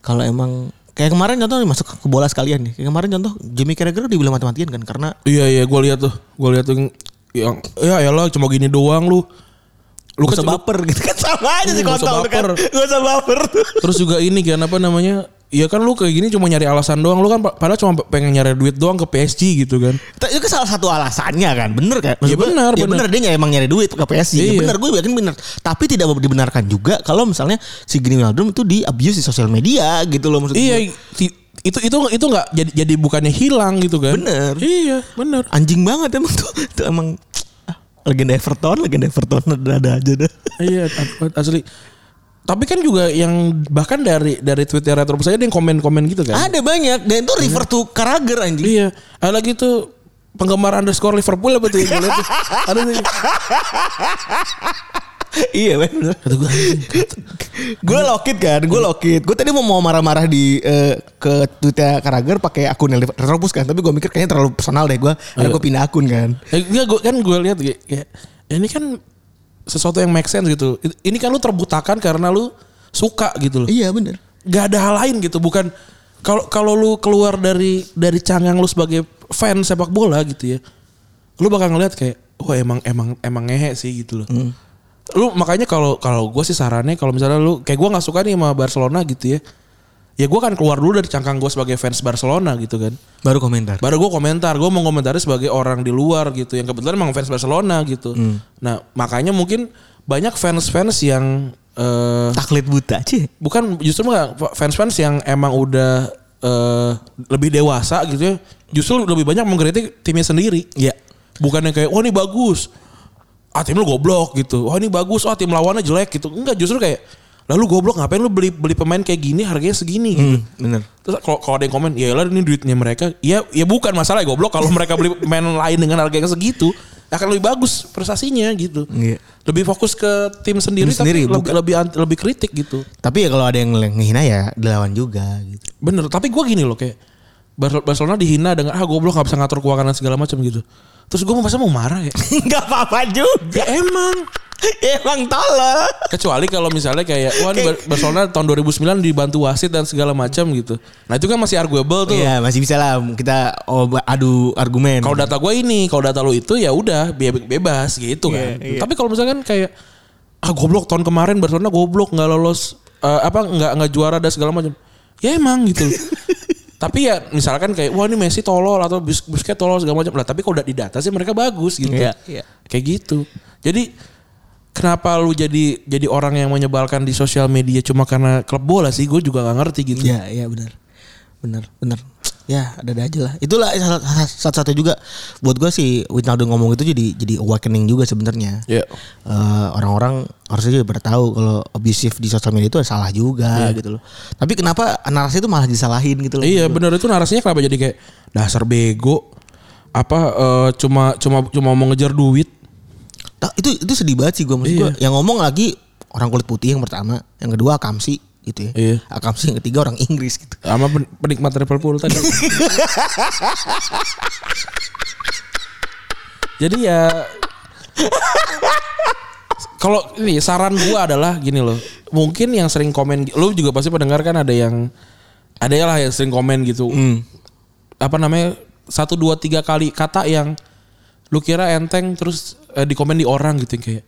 Speaker 3: kalau emang kayak kemarin contoh nih, masuk ke bola sekalian nih. Kayak kemarin contoh Jimmy Carragher dibilang mati-matian kan karena
Speaker 2: Iya iya gue lihat tuh, gue lihat tuh yang, yang ya elah cuma gini doang lu. Lu
Speaker 3: gak
Speaker 2: kan
Speaker 3: usah baper gitu kan <laughs> sama aja sih
Speaker 2: Hmm, gak usah
Speaker 3: kontol kan.
Speaker 2: baper.
Speaker 3: Gak usah baper.
Speaker 2: terus juga ini kan apa namanya? Ya kan lu kayak gini cuma nyari alasan doang, lu kan pa- padahal cuma pengen nyari duit doang ke PSG gitu kan.
Speaker 3: Tapi Itu kan salah satu alasannya kan, bener kan?
Speaker 2: Iya,
Speaker 3: gua,
Speaker 2: benar,
Speaker 3: Ya bener.
Speaker 2: benar.
Speaker 3: dia nggak emang nyari duit ke PSG. Ya
Speaker 2: Iya.
Speaker 3: bener gue yakin bener. Tapi tidak dibenarkan juga kalau misalnya si Gini Wijnaldum itu di abuse di sosial media gitu loh maksud gue.
Speaker 2: Iya ti- itu itu itu nggak jadi jadi bukannya hilang gitu kan?
Speaker 3: Bener.
Speaker 2: Iya bener.
Speaker 3: Anjing banget emang tuh. <laughs> Itu emang ah, legenda Everton, legenda Everton <laughs> ada, ada aja dah.
Speaker 2: Iya a- asli. Tapi kan juga yang bahkan dari dari Twitter retro saya ada yang komen-komen gitu kan.
Speaker 3: Ada banyak dan itu refer to Carragher anjing.
Speaker 2: Iya. Ada lagi tuh penggemar underscore Liverpool apa tuh? yang gua liat tuh? Ada tuh.
Speaker 3: iya bener.
Speaker 2: Kata gua, "Anjing,
Speaker 3: gue lokit kan, gue lokit. Gue tadi mau mau marah-marah di eh, ke Twitter Karager pakai akun yang di- Retropus kan, tapi gue mikir kayaknya terlalu personal deh gue. Karena gue pindah akun kan.
Speaker 2: Eh, Enggak, gua, kan gue lihat kayak, kayak, ini kan sesuatu yang make sense gitu. Ini kan lu terbutakan karena lu suka gitu loh.
Speaker 3: Iya bener.
Speaker 2: Gak ada hal lain gitu, bukan kalau kalau lu keluar dari dari canggang lu sebagai fans sepak bola gitu ya. Lu bakal ngeliat kayak oh emang emang emang ngehe sih gitu loh.
Speaker 3: Hmm.
Speaker 2: Lu makanya kalau kalau gue sih sarannya kalau misalnya lu kayak gua nggak suka nih sama Barcelona gitu ya. Ya gua kan keluar dulu dari cangkang gue sebagai fans Barcelona gitu kan.
Speaker 3: Baru komentar.
Speaker 2: Baru gue komentar, gue mau komentari sebagai orang di luar gitu, yang kebetulan emang fans Barcelona gitu. Nah makanya mungkin banyak fans-fans yang eh
Speaker 3: Taklit buta sih.
Speaker 2: bukan justru nggak fans-fans yang emang udah eh, lebih dewasa gitu ya, justru lebih banyak mengkritik timnya sendiri.
Speaker 3: Iya.
Speaker 2: Bukan yang kayak wah ini bagus. Ah tim lu goblok gitu. Wah ini bagus. Wah tim lawannya jelek gitu. Enggak justru kayak lalu goblok ngapain lu beli beli pemain kayak gini harganya segini gitu.
Speaker 3: Hmm, bener.
Speaker 2: Terus kalau kalau ada yang komen, ya lah ini duitnya mereka. Ya ya bukan masalah ya, goblok kalau mereka beli main lain dengan harga yang segitu akan lebih bagus prestasinya gitu.
Speaker 3: Iya.
Speaker 2: Lebih fokus ke tim sendiri,
Speaker 3: Tim sendiri,
Speaker 2: tapi lebih,
Speaker 3: bukan-
Speaker 2: lebih anti- lebih kritik gitu.
Speaker 3: Tapi ya kalau ada yang ngehina ya dilawan juga gitu. <laughs>
Speaker 2: Bener, tapi gue gini loh kayak Bar- Barcelona dihina dengan ah goblok gak bisa ngatur keuangan dan segala macam gitu. Terus gue mau masa mau marah ya.
Speaker 3: Enggak apa-apa juga.
Speaker 2: ya emang.
Speaker 3: <laughs> Emang tolol.
Speaker 2: Kecuali kalau misalnya kayak wah ini Bar- Barcelona tahun 2009 dibantu wasit dan segala macam gitu. Nah itu kan masih arguable tuh.
Speaker 3: Iya, masih bisa lah kita oba- adu argumen.
Speaker 2: kalau data gue ini, kalau data lo itu ya udah be- bebas gitu kan.
Speaker 3: Iya, iya.
Speaker 2: Tapi kalau misalkan kayak ah goblok tahun kemarin Barcelona goblok nggak lolos eh, apa nggak nggak juara dan segala macam. Ya emang
Speaker 3: <laughs>
Speaker 2: gitu. tapi ya misalkan kayak wah ini Messi tolol atau Bus Busquets tolol segala macam lah. Tapi kalau udah di data sih mereka bagus gitu.
Speaker 3: Iya, iya.
Speaker 2: Kayak gitu. Jadi kenapa lu jadi jadi orang yang menyebalkan di sosial media cuma karena klub bola sih? Gue juga nggak ngerti gitu.
Speaker 3: Iya, iya benar. Benar, benar. Ya, ada ada aja lah. Itulah satu-satu juga buat gua sih Wijnaldum ngomong itu jadi jadi awakening juga sebenarnya.
Speaker 2: Iya.
Speaker 3: Eh, orang-orang harusnya juga pada tahu kalau abusive di sosial media itu salah juga gitu loh. Tapi kenapa narasi itu malah disalahin gitu loh?
Speaker 2: Iya bener itu narasinya kenapa jadi kayak dasar bego apa eh, cuma cuma cuma mau ngejar duit
Speaker 3: Ta- itu itu sedih banget sih gue maksud gua.
Speaker 2: Iya.
Speaker 3: Yang ngomong lagi orang kulit putih yang pertama, yang kedua Akamsi gitu ya.
Speaker 2: Iya.
Speaker 3: Akamsi yang ketiga orang Inggris gitu.
Speaker 2: sama pen- penikmat Liverpool tadi. <laughs> jadi ya kalau ini saran gua adalah gini loh. Mungkin yang sering komen lu juga pasti pendengar kan ada yang ada ya lah yang sering komen gitu. Apa namanya? satu dua tiga kali kata yang lu kira enteng terus eh, dikomen di orang gitu yang kayak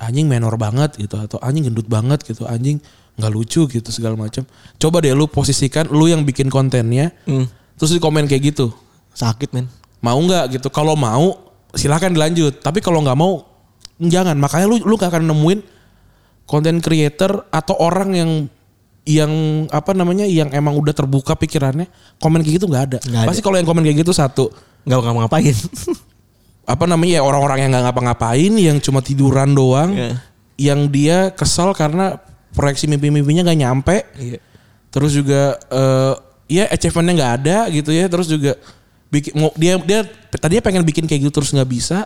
Speaker 2: anjing menor banget gitu atau anjing gendut banget gitu anjing nggak lucu gitu segala macam coba deh lu posisikan lu yang bikin kontennya terus di komen kayak gitu
Speaker 3: Sakit men.
Speaker 2: mau nggak gitu kalau mau silahkan dilanjut tapi kalau nggak mau jangan makanya lu lu gak akan nemuin konten creator atau orang yang yang apa namanya yang emang udah terbuka pikirannya komen kayak gitu nggak ada.
Speaker 3: Nggak ada.
Speaker 2: pasti kalau yang komen kayak gitu satu
Speaker 3: Gak bakal ngapain.
Speaker 2: apa namanya ya orang-orang yang nggak ngapa-ngapain yang cuma tiduran doang
Speaker 3: Iya.
Speaker 2: yang dia kesal karena proyeksi mimpi-mimpinya nggak nyampe
Speaker 3: Iya.
Speaker 2: terus juga eh, ya achievementnya nggak ada gitu ya terus juga bikin mau dia dia tadinya pengen bikin kayak gitu terus nggak bisa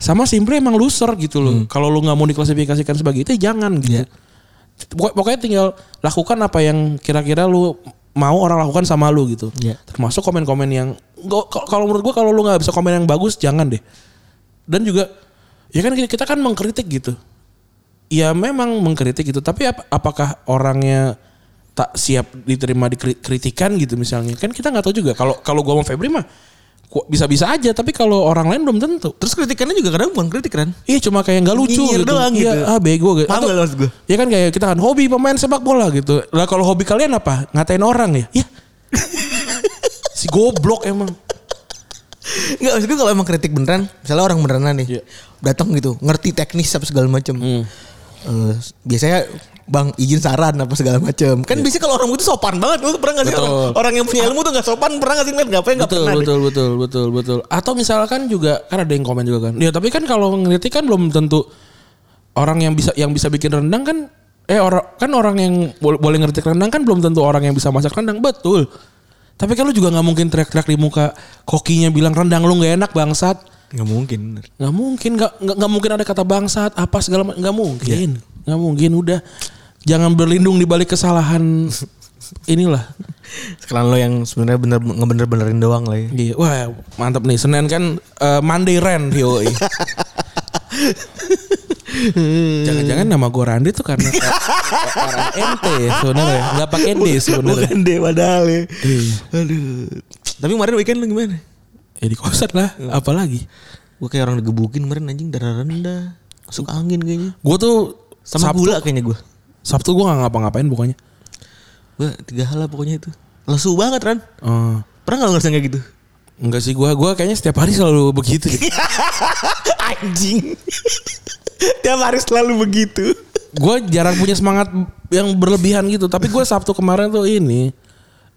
Speaker 2: sama simply emang loser gitu loh kalau lu nggak mau diklasifikasikan sebagai itu ya jangan gitu Pokok- pokoknya tinggal lakukan apa yang kira-kira lu mau orang lakukan sama lu gitu
Speaker 3: Iya.
Speaker 2: termasuk komen-komen yang nggak- k- kalau menurut gua kalau lu nggak bisa komen yang bagus jangan deh dan juga ya kan kita- kita kan mengkritik gitu ya memang mengkritik gitu tapi ap- apakah orangnya tak siap diterima dikritikan gitu misalnya kan kita nggak tahu juga kalau kalau gua mau Febri mah ku- bisa-bisa aja tapi kalau orang lain belum tentu
Speaker 3: Terus kritikannya juga kadang bukan kritik kan.
Speaker 2: Iya cuma kayak nggak lucu
Speaker 3: Nyinyir
Speaker 2: gitu.
Speaker 3: doang
Speaker 2: Iya,
Speaker 3: gitu.
Speaker 2: ah bego gitu.
Speaker 3: Paham
Speaker 2: Atau-
Speaker 3: nggak lo maksud gue?
Speaker 2: Ya kan kayak kita kan hobi pemain sepak bola gitu. Lah kalau hobi kalian apa? Ngatain orang ya?
Speaker 3: <laughs>
Speaker 2: Iya. si goblok emang.
Speaker 3: Enggak maksud gue kalau emang kritik beneran, misalnya orang beneran nih
Speaker 2: Iya.
Speaker 3: datang gitu, ngerti teknis apa segala macam. Eh, biasanya Bang izin saran apa segala macam. Kan biasanya kalau orang itu sopan banget. Lu pernah gak sih
Speaker 2: Betul.
Speaker 3: orang, orang yang punya ilmu tuh gak sopan? Pernah gak sih ngeliat? Gak pernah, gak
Speaker 2: Betul,
Speaker 3: pernah. deh.
Speaker 2: betul, betul, betul, betul. Atau misalkan juga kan ada yang komen juga kan. Ya tapi kan kalau ngeritik kan belum tentu orang yang bisa yang bisa bikin rendang kan eh orang kan orang yang bo- boleh ngeritik rendang kan belum tentu orang yang bisa masak rendang betul. Tapi kan lu juga nggak mungkin teriak-teriak di muka kokinya bilang rendang lu nggak enak bangsat.
Speaker 3: Gak mungkin. bener.
Speaker 2: nggak mungkin nggak nggak nggak mungkin ada kata bangsat apa segala macam nggak mungkin
Speaker 3: Iya.
Speaker 2: nggak mungkin udah jangan berlindung di balik
Speaker 3: <laughs>
Speaker 2: kesalahan inilah
Speaker 3: Sekalian lo yang sebenarnya bener ngebener-benerin doang lah ya.
Speaker 2: Iya. wah mantap nih Senin kan eh, Monday Ren yoi. jangan-jangan nama gue Randy tuh karena karena MT ya sebenarnya nggak pakai D sebenarnya
Speaker 3: Bukan deh padahal ya. Aduh. Tapi kemarin weekend lu gimana?
Speaker 2: ya di kosan lah apalagi
Speaker 3: Gue kayak orang digebukin kemarin anjing darah rendah. Masuk angin kayaknya.
Speaker 2: gue tuh
Speaker 3: Sama
Speaker 2: Sabtu
Speaker 3: gula kayaknya gue.
Speaker 2: Sabtu gue nggak ngapa-ngapain pokoknya
Speaker 3: Gue tiga hal lah pokoknya itu. Lesu banget Ran.
Speaker 2: Eh,
Speaker 3: Pernah gak lo ngerasain kayak gitu?
Speaker 2: Enggak sih gue gue kayaknya setiap hari selalu begitu deh.
Speaker 3: <laughs> Anjing. <laughs> Tiap hari selalu begitu.
Speaker 2: gue jarang punya semangat yang berlebihan gitu tapi gue sabtu kemarin tuh ini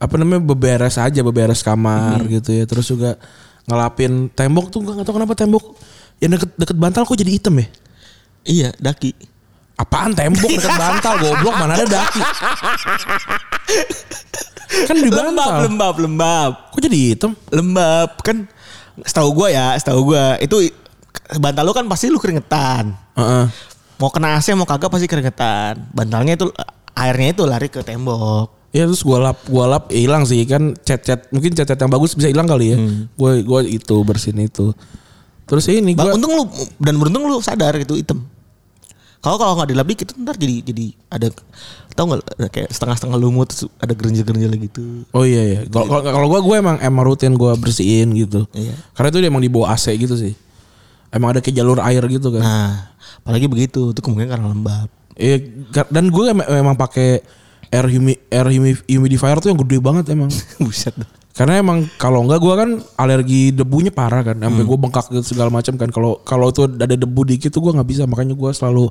Speaker 2: apa namanya beberes aja beberes kamar
Speaker 3: Hmm.
Speaker 2: gitu ya terus juga ngelapin tembok tuh nggak tahu kenapa tembok yang deket deket bantal kok jadi hitam ya
Speaker 3: Iya, daki.
Speaker 2: apaan tembok deket bantal goblok mana ada daki kan di bantal
Speaker 3: lembab, lembab.
Speaker 2: kok jadi hitam
Speaker 3: Lembab kan setahu gua ya, setahu gua itu bantal lu kan pasti lu keringetan.
Speaker 2: Heeh.
Speaker 3: Mau kena AC mau kagak pasti keringetan. Bantalnya itu airnya itu lari ke tembok.
Speaker 2: Ya terus gue lap, gue lap ya hilang sih kan cat-cat mungkin cat-cat yang bagus bisa hilang kali ya.
Speaker 3: Hmm.
Speaker 2: Gue gua itu bersihin itu. Terus ini
Speaker 3: Ba-
Speaker 2: gue
Speaker 3: untung lu dan beruntung lu sadar gitu item. Kalau kalau nggak dilap dikit ntar jadi jadi ada tau nggak ada kayak setengah-setengah lumut terus ada gerinja-gerinja gitu.
Speaker 2: Oh iya ya. Kalau kalau- kalau gue gue emang emang rutin gue bersihin gitu.
Speaker 3: Iya.
Speaker 2: Karena itu dia emang di bawah AC gitu sih. Emang ada kayak jalur air gitu kan.
Speaker 3: Nah, apalagi begitu itu kemungkinan karena lembab. <laughs>
Speaker 2: Iya, ga- dan gue em- emang pakai air humi, air humi- humidifier tuh yang gede banget emang.
Speaker 3: Buset. dah.
Speaker 2: Karena emang kalau enggak gue kan alergi debunya parah kan, sampai gue bengkak gitu segala macam kan. Kalau kalau itu ada debu dikit tuh gue nggak bisa, makanya gue selalu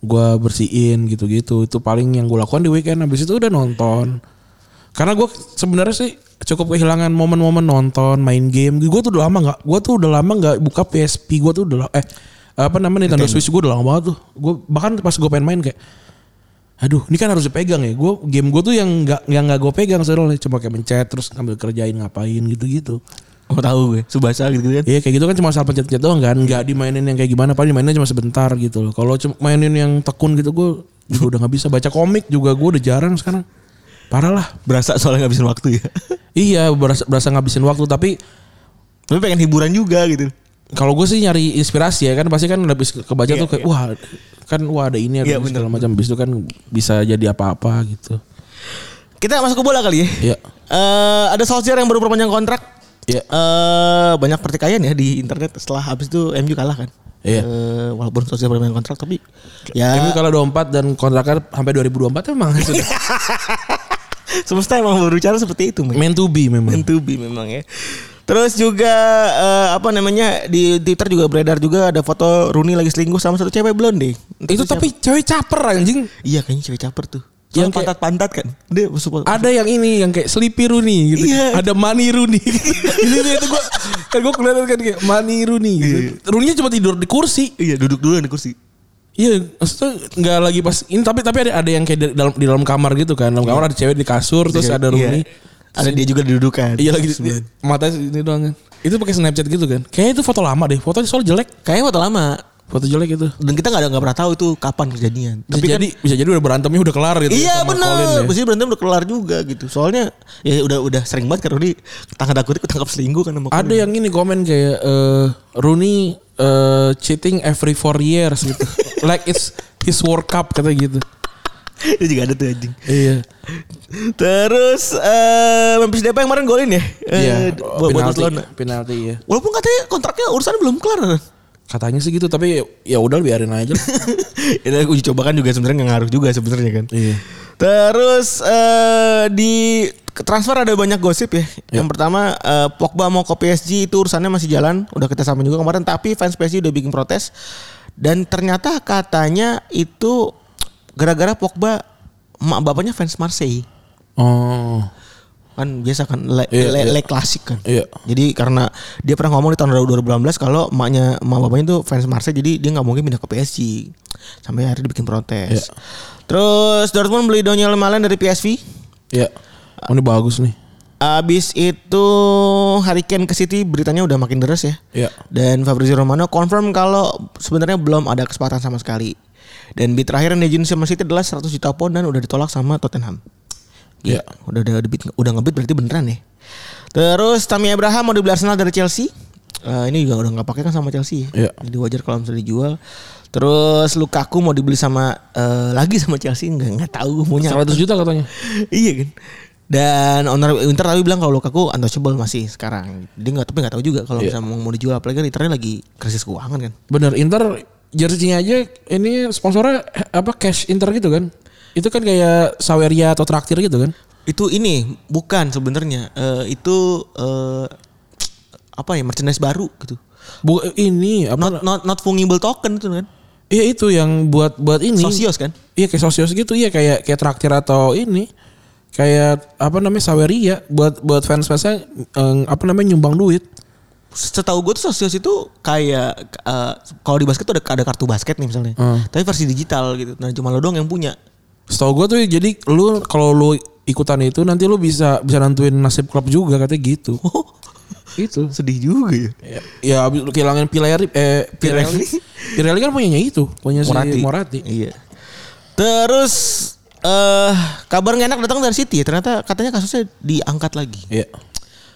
Speaker 2: gue bersihin gitu-gitu. Itu paling yang gue lakukan di weekend. Habis itu udah nonton. Karena gue sebenarnya sih cukup kehilangan momen-momen nonton, main game. Gue tuh udah lama nggak, gue tuh udah lama nggak buka PSP. Gue tuh udah la- eh apa namanya Nintendo Switch gue udah lama banget tuh. Gue bahkan pas gue pengen main kayak aduh ini kan harus dipegang ya gue game gue tuh yang nggak yang nggak gue pegang soalnya cuma kayak mencet terus ngambil kerjain ngapain gitu gitu
Speaker 3: Oh tahu gue. Subasa gitu, kan.
Speaker 2: Iya kayak gitu kan cuma asal pencet-pencet doang kan nggak dimainin yang kayak gimana paling mainnya cuma sebentar gitu loh kalau cuma mainin yang tekun gitu gue juga udah nggak bisa baca komik juga gue udah jarang sekarang parah lah
Speaker 3: Berasa soalnya ngabisin waktu ya. <laughs>
Speaker 2: iya berasa berasa ngabisin waktu tapi
Speaker 3: Tapi pengen hiburan juga gitu.
Speaker 2: kalau gue sih nyari inspirasi ya kan pasti kan habis kebaca tuh kayak wah kan wah ada ini ada
Speaker 3: Iya,
Speaker 2: ini, segala macam bis itu kan bisa jadi apa-apa gitu
Speaker 3: Kita masuk ke bola kali ya.
Speaker 2: Iya.
Speaker 3: Eh, ada Solskjaer yang baru perpanjang kontrak.
Speaker 2: Iya.
Speaker 3: Eh, banyak pertikaian ya di internet setelah habis itu MU kalah kan.
Speaker 2: Iya.
Speaker 3: Eh, walaupun Solskjaer perpanjang kontrak tapi ya
Speaker 2: Ini kalau 24 dan kontraknya sampai 2024 emang <laughs> sudah
Speaker 3: semesta emang berbicara seperti itu. Men.
Speaker 2: Meant to be memang.
Speaker 3: Meant to be memang ya. Terus juga eh, apa namanya di Twitter juga beredar juga ada foto Rooney lagi selingkuh sama satu cewek blonde. Entah
Speaker 2: itu
Speaker 3: siapa.
Speaker 2: tapi cewek caper anjing.
Speaker 3: iya kayaknya cewek caper tuh.
Speaker 2: Yang
Speaker 3: Yang
Speaker 2: kayak-
Speaker 3: pantat-pantat kan. Dia support-
Speaker 2: Ada yang ini yang kayak Sleepy Rooney gitu.
Speaker 3: Iya.
Speaker 2: Ada Mani
Speaker 3: <laughs>
Speaker 2: Rooney. Ini dia itu gua kan gua kelihatan kan kayak Mani Rooney gitu. Rooney-nya cuma tidur di kursi.
Speaker 3: Iya duduk dulu di kursi.
Speaker 2: Iya, maksudnya nggak lagi pas ini tapi tapi ada ada yang kayak di dalam di dalam kamar gitu kan. Dalam kamar ada cewek di kasur terus
Speaker 3: Iya.
Speaker 2: ada Rooney.
Speaker 3: Ada dia juga didudukan.
Speaker 2: Iya lagi di, mata ini doang kan. Itu pakai Snapchat gitu kan. Kayaknya itu foto lama deh. Fotonya soal jelek.
Speaker 3: Kayaknya foto lama.
Speaker 2: Foto jelek itu.
Speaker 3: Dan kita nggak ada nggak pernah tahu itu kapan kejadian.
Speaker 2: Tapi bisa jadi bisa jadi udah berantemnya udah kelar gitu.
Speaker 3: kan- iya
Speaker 2: sama Colin
Speaker 3: benar.
Speaker 2: ya.
Speaker 3: Mesti berantem udah kelar juga gitu. Soalnya ya udah udah sering banget karena di tangkap takut ketangkap selingkuh kan sama
Speaker 2: Ada yang ini komen kayak eh Rooney eh, cheating every four years
Speaker 3: <laughs>
Speaker 2: gitu. like it's his World Cup kata gitu.
Speaker 3: Itu juga ada tuh anjing.
Speaker 2: Iya.
Speaker 3: Terus eh Memphis Depay yang kemarin golin ya. Eh,
Speaker 2: Iya.
Speaker 3: buat buat
Speaker 2: penalti,
Speaker 3: Barcelona.
Speaker 2: penalti ya.
Speaker 3: Walaupun katanya kontraknya urusan belum kelar. <laughs>
Speaker 2: Katanya sih gitu tapi ya udah biarin aja. lah.
Speaker 3: Ini uji coba kan juga sebenarnya nggak ngaruh juga sebenarnya kan.
Speaker 2: iya.
Speaker 3: Terus eh, di transfer ada banyak gosip ya.
Speaker 2: Iya.
Speaker 3: Yang pertama eh, Pogba mau ke PSG itu urusannya masih jalan, udah kita sama juga kemarin tapi fans PSG udah bikin protes dan ternyata katanya itu gara-gara Pogba emak bapaknya fans Marseille.
Speaker 2: Oh.
Speaker 3: Kan biasa kan le,
Speaker 2: Iya,
Speaker 3: le-
Speaker 2: iya.
Speaker 3: le klasik kan.
Speaker 2: Iya.
Speaker 3: Jadi karena dia pernah ngomong di tahun 2018 kalau emaknya emak bapaknya itu fans Marseille jadi dia nggak mungkin pindah ke PSG. Sampai akhirnya dibikin protes.
Speaker 2: Iya.
Speaker 3: Terus Dortmund beli Daniel Malen dari PSV.
Speaker 2: Iya. Oh, ini bagus nih.
Speaker 3: Abis itu Harry Kane ke City beritanya udah makin deres ya.
Speaker 2: Iya.
Speaker 3: Dan Fabrizio Romano confirm kalau sebenarnya belum ada kesempatan sama sekali. Dan bid terakhir yang diajuin sama City adalah 100 juta pound dan udah ditolak sama Tottenham.
Speaker 2: Iya.
Speaker 3: Udah udah debit, udah ngebit berarti beneran ya. Terus Tammy Abraham mau dibeli Arsenal dari Chelsea. Eh, ini juga udah nggak pakai kan sama Chelsea ya.
Speaker 2: Iya.
Speaker 3: Jadi wajar kalau misalnya dijual. Terus Lukaku mau dibeli sama eh, lagi sama Chelsea nggak nggak tahu maunya
Speaker 2: 100 juta katanya.
Speaker 3: iya kan dan owner Inter tapi bilang kalau Lukaku untouchable masih sekarang dia nggak tapi nggak tahu juga kalau
Speaker 2: Iya.
Speaker 3: misalnya mau, mau dijual apalagi kan Internya lagi krisis keuangan kan
Speaker 2: Bener Inter jersey-nya aja ini sponsornya eh, apa cash Inter gitu kan. Itu kan kayak Saweria atau Traktir gitu kan.
Speaker 3: itu ini bukan sebenarnya Eh, itu eh, apa ya merchandise baru gitu
Speaker 2: Bu, ini apa
Speaker 3: not not not fungible token itu kan
Speaker 2: Iya itu yang buat buat ini.
Speaker 3: sosios kan
Speaker 2: Iya kayak sosios gitu. Iya kayak kayak traktir atau ini kayak apa namanya Saweria buat buat fans fansnya apa namanya nyumbang duit.
Speaker 3: Setahu gue tuh Celsius itu kayak eh, kalau di basket tuh ada ada kartu basket nih misalnya.
Speaker 2: Hmm.
Speaker 3: Tapi versi digital gitu. Nah, cuma lo doang yang punya. <laughs>
Speaker 2: Setahu gue tuh jadi lu kalau lu ikutan itu nanti lu bisa bisa nantuin nasib klub juga katanya gitu.
Speaker 3: itu Oh, sedih juga ya.
Speaker 2: Ya, ya abis lu kehilangan Pirelli eh Pirelli.
Speaker 3: Pirelli.
Speaker 2: Pirelli kan punyanya itu, punya si Morati.
Speaker 3: Iya. Terus eh kabar nggak enak datang dari City. Ternyata katanya kasusnya diangkat lagi.
Speaker 2: Iya.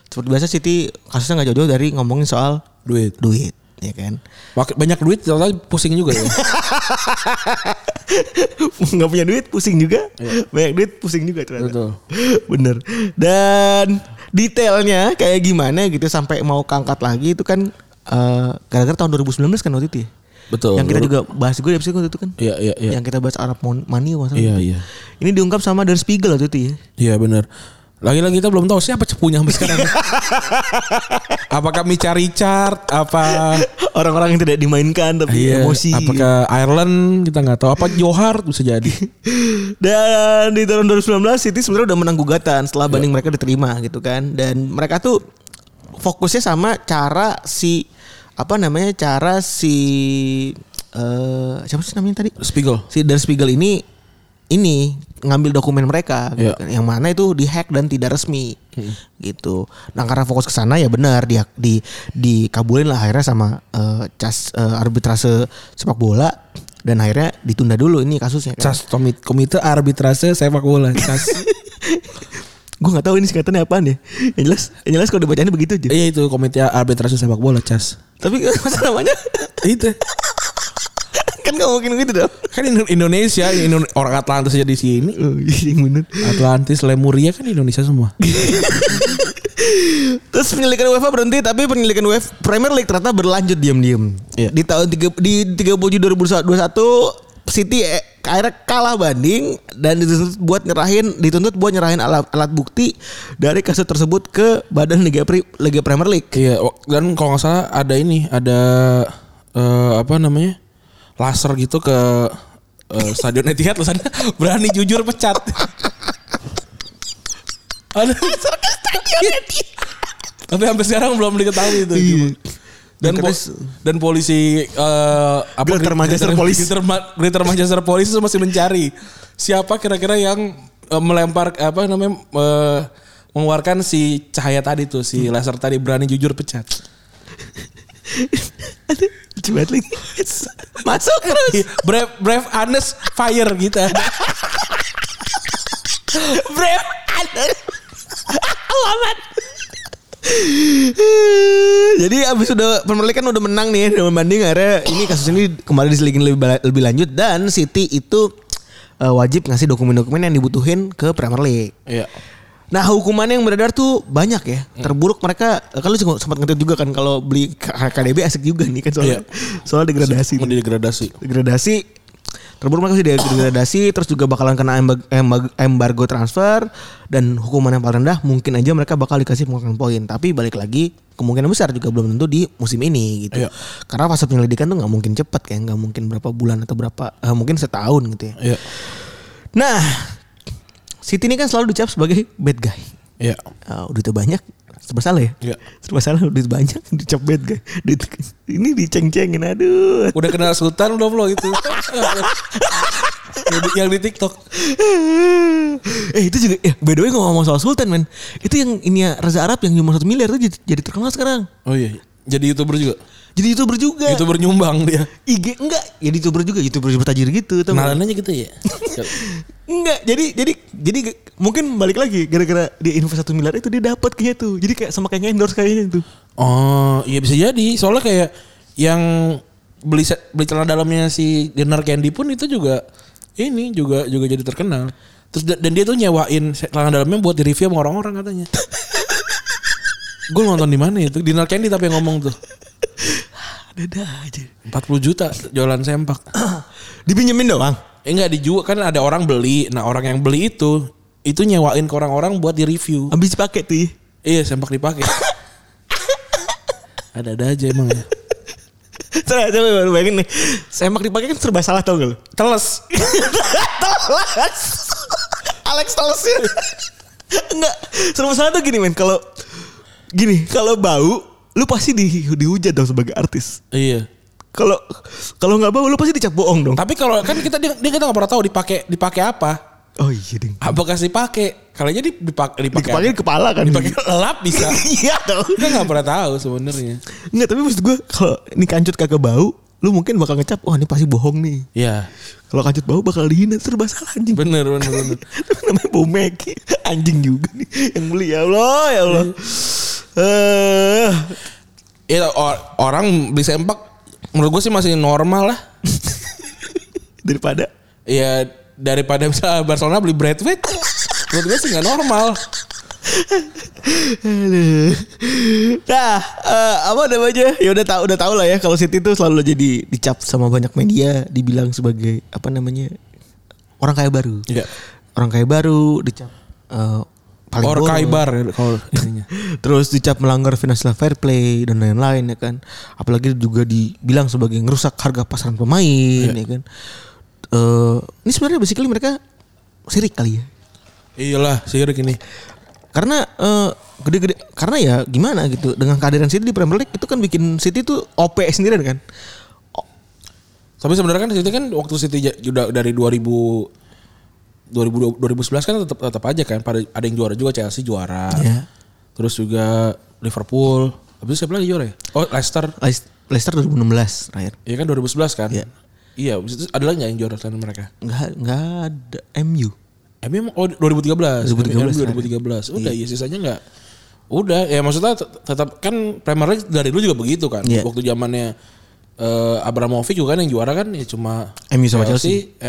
Speaker 3: Seperti biasa City kasusnya nggak jauh-jauh dari ngomongin soal
Speaker 2: Duit.
Speaker 3: duit, ya kan?
Speaker 2: Mak- Banyak duit ternyata pusing juga ya.
Speaker 3: <laughs> nggak punya duit pusing juga, banyak duit pusing juga ternyata.
Speaker 2: Betul.
Speaker 3: <laughs> Bener. Dan detailnya kayak gimana gitu sampai mau keangkat lagi itu kan eh, gara-gara tahun 2019 kan waktu itu. Ya?
Speaker 2: Betul.
Speaker 3: <laughs> Yang kita juga bahas gue di episode waktu itu kan.
Speaker 2: Iya, iya, iya.
Speaker 3: Yang kita bahas Arab Mon- Money masalah.
Speaker 2: Iya, iya.
Speaker 3: Ini diungkap sama Der Spiegel waktu itu ya.
Speaker 2: Iya benar. Lagi-lagi kita belum tahu siapa cepunya sampai <laughs> sekarang. apakah Mica Richard, apa
Speaker 3: <laughs> Orang-orang yang tidak dimainkan tapi
Speaker 2: iya,
Speaker 3: emosi.
Speaker 2: apakah Ireland kita nggak tahu, apa Johar bisa jadi.
Speaker 3: <laughs> Dan di tahun 2019 City sebenarnya udah menang gugatan setelah banding mereka diterima gitu kan. Dan mereka tuh fokusnya sama cara si apa namanya cara si eh siapa sih namanya tadi?
Speaker 2: Spiegel.
Speaker 3: Si Der Spiegel ini ini ngambil dokumen mereka gitu
Speaker 2: Iya.
Speaker 3: kan. yang mana itu dihack dan tidak resmi gitu. Nah karena fokus ke sana ya benar dia di dikabulin lah akhirnya sama eh, cas eh, arbitrase sepak bola dan akhirnya ditunda dulu ini kasusnya. kan.
Speaker 2: Cas komite, komite arbitrase sepak bola. Cas.
Speaker 3: Gue gak tahu ini singkatannya apaan ya. Yang jelas, yang jelas kalau dibacainnya begitu aja.
Speaker 2: <laughs> iya itu komite arbitrase sepak bola, Cas.
Speaker 3: Tapi <laughs> masa namanya
Speaker 2: Itu.
Speaker 3: kan gak mungkin gitu dong.
Speaker 2: Kan Indo- Indonesia, Indo- orang Atlantis aja di sini.
Speaker 3: Oh, iya, yang bener.
Speaker 2: Atlantis, Lemuria kan Indonesia semua.
Speaker 3: Terus penyelidikan UEFA berhenti tapi penyelidikan UEFA Premier League ternyata berlanjut diam-diam.
Speaker 2: Iya.
Speaker 3: Di tahun tiga, di 30 Juni 2021 City eh, akhirnya kalah banding dan dituntut buat nyerahin dituntut buat nyerahin alat, alat bukti dari kasus tersebut ke Badan Liga, Pri- Liga Premier League.
Speaker 2: Iya, wa- dan kalau nggak salah ada ini, ada eh, apa namanya laser gitu ke eh, stadion Etihad loh sana <laughs> berani jujur pecat. <laughs> ada laser ke stadion Etihad. Tapi sampai sekarang belum diketahui itu.
Speaker 3: Iya.
Speaker 2: Dan
Speaker 3: Dan
Speaker 2: po-
Speaker 3: terus-
Speaker 2: dan polisi eh, apa
Speaker 3: Greater Manchester Police.
Speaker 2: Greater, Ma- Greater Manchester Police itu masih mencari siapa kira-kira yang eh, melempar apa namanya eh, mengeluarkan si cahaya tadi tuh si laser tadi berani jujur pecat.
Speaker 3: Lucu banget lagi. Masuk terus.
Speaker 2: Iya, <laughs> brave brave honest fire gitu.
Speaker 3: Brave Alert. Alamat. Jadi abis udah Premier League kan udah menang nih dalam banding akhirnya ini kasus ini kemarin diselidiki lebih bala- lebih lanjut dan City itu eh, wajib ngasih dokumen-dokumen yang dibutuhin ke Premier League.
Speaker 2: Iya.
Speaker 3: Nah hukumannya yang beredar tuh banyak ya. Terburuk mereka kalau sempat ngetweet juga kan kalau beli KDB asik juga nih kan soalnya soal degradasi.
Speaker 2: Mau degradasi.
Speaker 3: degradasi terburuk mereka sih degradasi terus juga bakalan kena embag- embag- embargo transfer dan hukuman yang paling rendah mungkin aja mereka bakal dikasih pengurangan poin tapi balik lagi kemungkinan besar juga belum tentu di musim ini gitu
Speaker 2: Iya.
Speaker 3: karena fase penyelidikan tuh nggak mungkin cepat kayak nggak mungkin berapa bulan atau berapa eh, mungkin setahun gitu ya
Speaker 2: Iya.
Speaker 3: nah City ini kan selalu dicap sebagai bad guy
Speaker 2: Iya.
Speaker 3: Eh, duitnya banyak serba salah ya
Speaker 2: Iya.
Speaker 3: serba salah duit banyak <laughs> dicap bad guy duit ini diceng-cengin aduh
Speaker 2: Udah kenal sultan belum lo gitu. <laughs> yang, di, yang di TikTok.
Speaker 3: eh itu juga eh by the way ngomong soal Sultan men itu yang ini ya Reza Arab yang cuma satu miliar itu jadi, jadi terkenal sekarang
Speaker 2: Oh iya. Jadi youtuber juga.
Speaker 3: jadi youtuber juga
Speaker 2: Youtuber nyumbang dia.
Speaker 3: IG enggak jadi youtuber juga youtuber youtuber tajir gitu tau nggak?
Speaker 2: Kenalan aja gitu ya.
Speaker 3: enggak jadi jadi jadi ge- mungkin balik lagi gara-gara dia invest satu miliar itu dia dapat kayaknya tuh jadi kayak sama kayak gitu. endorse kayaknya tuh
Speaker 2: <laughs> oh, iya bisa jadi. Soalnya kayak yang beli se- beli celana dalamnya si Dinner Candy pun itu juga ini juga juga jadi terkenal. Terus da- dan dia tuh nyewain se- celana dalamnya buat di review sama orang-orang katanya. <laughs> Gue nonton di mana itu? Dinner Candy tapi yang ngomong tuh.
Speaker 3: ada aja
Speaker 2: 40 juta jualan sempak.
Speaker 3: <clears throat> dipinjemin doang
Speaker 2: Eh enggak dijual kan ada orang beli. Nah, orang yang beli itu itu nyewain ke orang-orang buat di review.
Speaker 3: habis dipakai tuh ya.
Speaker 2: Iya, sempak dipakai. <laughs> Ada-ada aja emang ya.
Speaker 3: <laughs> Coba coba coba bayangin nih. Semak dipakai kan serba salah tau gak lu?
Speaker 2: Teles.
Speaker 3: Telas. Alex ya. Tolsir. Enggak. Serba salah tuh gini men. Kalau gini kalau bau lu pasti di, dihujat dong sebagai artis.
Speaker 2: Iya.
Speaker 3: Kalau kalau nggak bau lu pasti dicap bohong dong.
Speaker 2: Tapi kalau kan kita dia, dia kita nggak pernah tahu dipakai dipakai apa.
Speaker 3: Oh iya ding.
Speaker 2: Apakah dipakai? Kali jadi dipakai
Speaker 3: Di
Speaker 2: dipakai
Speaker 3: kepala di kepala kan.
Speaker 2: dipakai lelap bisa.
Speaker 3: <laughs> Iya dong.
Speaker 2: kita nggak pernah tahu sebenarnya.
Speaker 3: Enggak tapi maksud gue kalau ini kancut kagak bau lu mungkin bakal ngecap wah ini pasti bohong nih.
Speaker 2: Iya.
Speaker 3: Kalau kancut bau bakal dihina serba salah anjing.
Speaker 2: Bener bener bener.
Speaker 3: <laughs> Tapi namanya bau Meki anjing juga nih yang beli ya Allah ya Allah. Eh,
Speaker 2: Ya, or- orang beli sempak menurut gue sih masih normal lah.
Speaker 3: daripada
Speaker 2: Ya daripada misalnya Barcelona beli Bradford. menurut gue sih nggak normal.
Speaker 3: Aduh. Nah, eh, apa namanya? Ya udah tahu udah tahu lah ya kalau City itu selalu jadi dicap sama banyak media, dibilang sebagai apa namanya? orang kaya baru.
Speaker 2: Iya.
Speaker 3: Orang kaya baru dicap eh, paling
Speaker 2: Or
Speaker 3: boros.
Speaker 2: Kaibar kalau ininya.
Speaker 3: Terus dicap melanggar financial fair play dan lain-lain ya kan. Apalagi juga dibilang sebagai ngerusak harga pasaran pemain ya kan. Eh, ini sebenarnya basically mereka sirik kali ya.
Speaker 2: Iyalah, sirik ini.
Speaker 3: Karena eh, gede-gede karena ya gimana gitu dengan kehadiran City di Premier League itu kan bikin City tuh OP sendirian kan.
Speaker 2: Tapi sebenarnya kan City kan waktu City ja- udah dari 2000 2020 2011 kan tetap tetap aja kan pada ada yang juara juga Chelsea juara.
Speaker 3: Iya.
Speaker 2: Terus juga Liverpool. Habis itu siapa lagi juara ya? Oh, Leicester.
Speaker 3: Leic- Leicester 2016 terakhir.
Speaker 2: Iya kan 2011 kan?
Speaker 3: Iya.
Speaker 2: Iya, habis itu ada lagi nggak yang juara selain mereka?
Speaker 3: Enggak enggak ada MU.
Speaker 2: Emang emang- oh 2013.
Speaker 3: 2013,
Speaker 2: 2013. Udah
Speaker 3: Iya.
Speaker 2: ya sisanya nggak. Udah ya maksudnya tet- tetap kan Premier League dari dulu juga begitu kan.
Speaker 3: Iya.
Speaker 2: Waktu zamannya eh, Abramovich juga kan yang juara kan ya cuma
Speaker 3: MU sama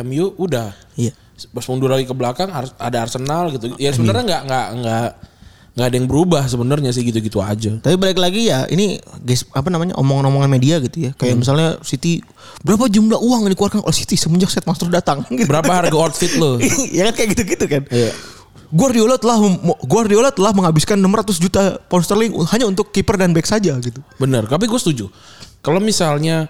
Speaker 2: MU udah.
Speaker 3: Iya.
Speaker 2: Pas mundur lagi ke belakang Ars- ada Arsenal gitu. Ya sebenarnya nggak nggak nggak nggak ada yang berubah sebenarnya sih gitu-gitu aja.
Speaker 3: Tapi balik lagi ya ini guys apa namanya omongan-omongan media gitu ya. Kayak misalnya City berapa jumlah uang yang dikeluarkan oleh City semenjak Set Master datang <laughs> gitu.
Speaker 2: Berapa harga outfit lo?
Speaker 3: ya kan kayak gitu-gitu kan.
Speaker 2: Iya.
Speaker 3: Guardiola telah mem- Guardiola telah menghabiskan 600 juta pound sterling hanya untuk kiper dan back saja gitu.
Speaker 2: Bener, tapi gue setuju. Kalau misalnya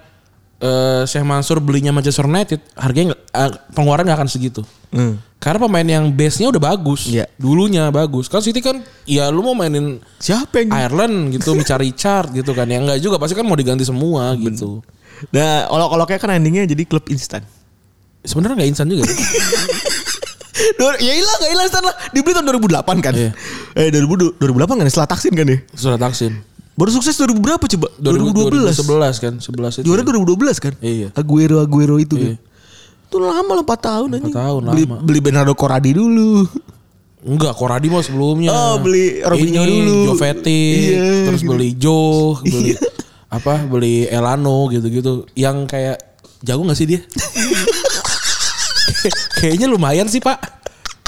Speaker 2: eh Syekh Mansur belinya Manchester United, harganya nggak- eh, pengeluaran nggak akan segitu.
Speaker 3: Hmm.
Speaker 2: Karena pemain yang base-nya udah bagus.
Speaker 3: Iya.
Speaker 2: Dulunya bagus. Kan City kan ya lu mau mainin
Speaker 3: Siapa yang
Speaker 2: Ireland gitu, mencari Richard gitu kan. Ya enggak juga, pasti kan mau diganti semua gitu.
Speaker 3: Nah, olok-oloknya kan endingnya jadi klub instan.
Speaker 2: Sebenarnya nggak instan juga.
Speaker 3: Dua- ya hilang, gak hilang instan lah. Dibeli tahun 2008 kan.
Speaker 2: Iya.
Speaker 3: Eh 2000, 2008 kan ya, setelah taksin kan ya.
Speaker 2: Surat Taksin.
Speaker 3: Baru sukses 2000 berapa coba? 2012.
Speaker 2: 2011 kan, 11 itu.
Speaker 3: Juara 2012 kan?
Speaker 2: Iya.
Speaker 3: Aguero Aguero itu
Speaker 2: Iya.
Speaker 3: kan. Itu lama lah 4 tahun anjing.
Speaker 2: tahun,
Speaker 3: beli,
Speaker 2: lama.
Speaker 3: Beli Bernardo Corradi <laughs> dulu.
Speaker 2: Enggak, Koradi mau sebelumnya.
Speaker 3: Oh, beli Robinho
Speaker 2: Ini,
Speaker 3: dulu.
Speaker 2: Jovetti,
Speaker 3: Iya,
Speaker 2: terus
Speaker 3: gitu.
Speaker 2: beli
Speaker 3: <laughs>
Speaker 2: Joe, beli apa? Beli Elano gitu-gitu. Yang kayak jago gak sih
Speaker 3: <laughs>
Speaker 2: dia? Kay- Kayaknya lumayan sih, Pak.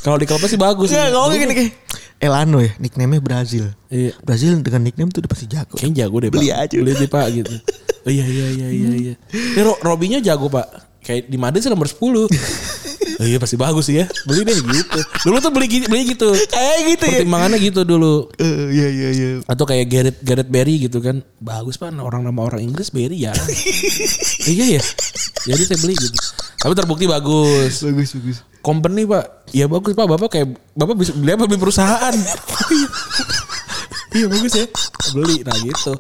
Speaker 2: Kalau di klubnya sih bagus.
Speaker 3: Enggak, Ya, ngomongnya gini kayak Elano ya, nickname-nya Brazil.
Speaker 2: Iya.
Speaker 3: Brazil dengan nickname tuh udah pasti jago.
Speaker 2: Kayaknya jago deh,
Speaker 3: Beli
Speaker 2: Pak.
Speaker 3: aja.
Speaker 2: Beli deh, Pak gitu. Oh, iya iya iya iya iya. Ini Ro Robinho jago, Pak. Kayak di Madrid sih nomor
Speaker 3: <laughs>
Speaker 2: 10. Oh, iya pasti bagus sih ya. Beli deh gitu. Dulu tuh beli gi- beli gitu.
Speaker 3: Kayak gitu ya.
Speaker 2: Pertimbangannya gitu dulu.
Speaker 3: Eh, iya iya iya.
Speaker 2: atau kayak Gareth Gareth Barry gitu kan bagus pak orang nama orang Inggris Barry <laughs> ya iya ya jadi saya beli gitu tapi terbukti bagus
Speaker 3: Bagus bagus.
Speaker 2: company pak ya bagus pak bapak kayak bapak bisa beli apa beli perusahaan Iya. <laughs> iya bagus ya beli nah gitu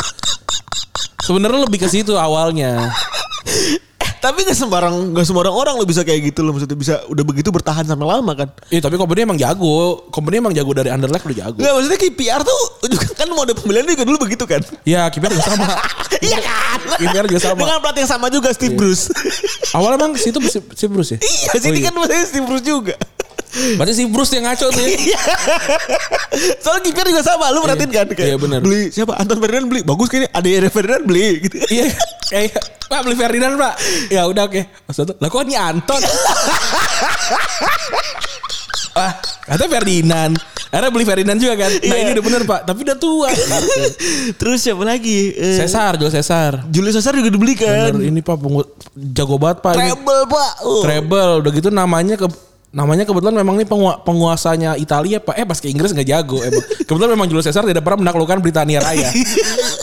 Speaker 2: sebenarnya lebih ke situ awalnya
Speaker 3: Eh, Tapi gak sembarang gak sembarang orang lo bisa kayak gitu lo maksudnya bisa udah begitu bertahan sampai lama kan.
Speaker 2: Iya tapi company emang jago company emang jago dari Underlag udah jago
Speaker 3: Enggak maksudnya KPR tuh juga kan mode pembelian juga dulu begitu
Speaker 2: <laughs>
Speaker 3: kan.
Speaker 2: ya kiper juga <laughs> sama
Speaker 3: iya kan?
Speaker 2: KPR juga sama. Iya.
Speaker 3: Dengan pelatih yang sama juga Steve Bruce. <laughs>
Speaker 2: awal emang situ si, si Bruce ya
Speaker 3: iya, City kan maksudnya Steve Bruce juga. <laughs>
Speaker 2: berarti si Bruce yang ngaco tuh ya
Speaker 3: Iya. Soalnya kiper juga sama, lu perhatiin kan? Kayak
Speaker 2: Iya, benar.
Speaker 3: Beli siapa? Anton Ferdinand beli. Bagus kayaknya. Ada Ere Ferdinand beli gitu.
Speaker 2: Iya, kayak Pak beli Ferdinand Pak. Ya udah oke. Maksudnya, lah kok ini <laughs> Anton? Wah, Ah, kata Ferdinand. Akhirnya beli Ferdinand juga kan. Nah
Speaker 3: Iya.
Speaker 2: ini udah bener Pak, tapi udah tua.
Speaker 3: <laughs> Terus siapa lagi? Eh,
Speaker 2: Cesar, Joel Cesar.
Speaker 3: Julius Cesar juga dibeli kan?
Speaker 2: Bener ini Pak, pengu- jago banget Pak. Ini
Speaker 3: Treble pak. Oh.
Speaker 2: Treble, udah gitu namanya ke namanya kebetulan memang nih pengua- <laughs> penguasanya Italia Pak. Eh pas ke Inggris nggak jago. emang. Kebetulan memang Julius Cesar tidak pernah menaklukkan Britania Raya.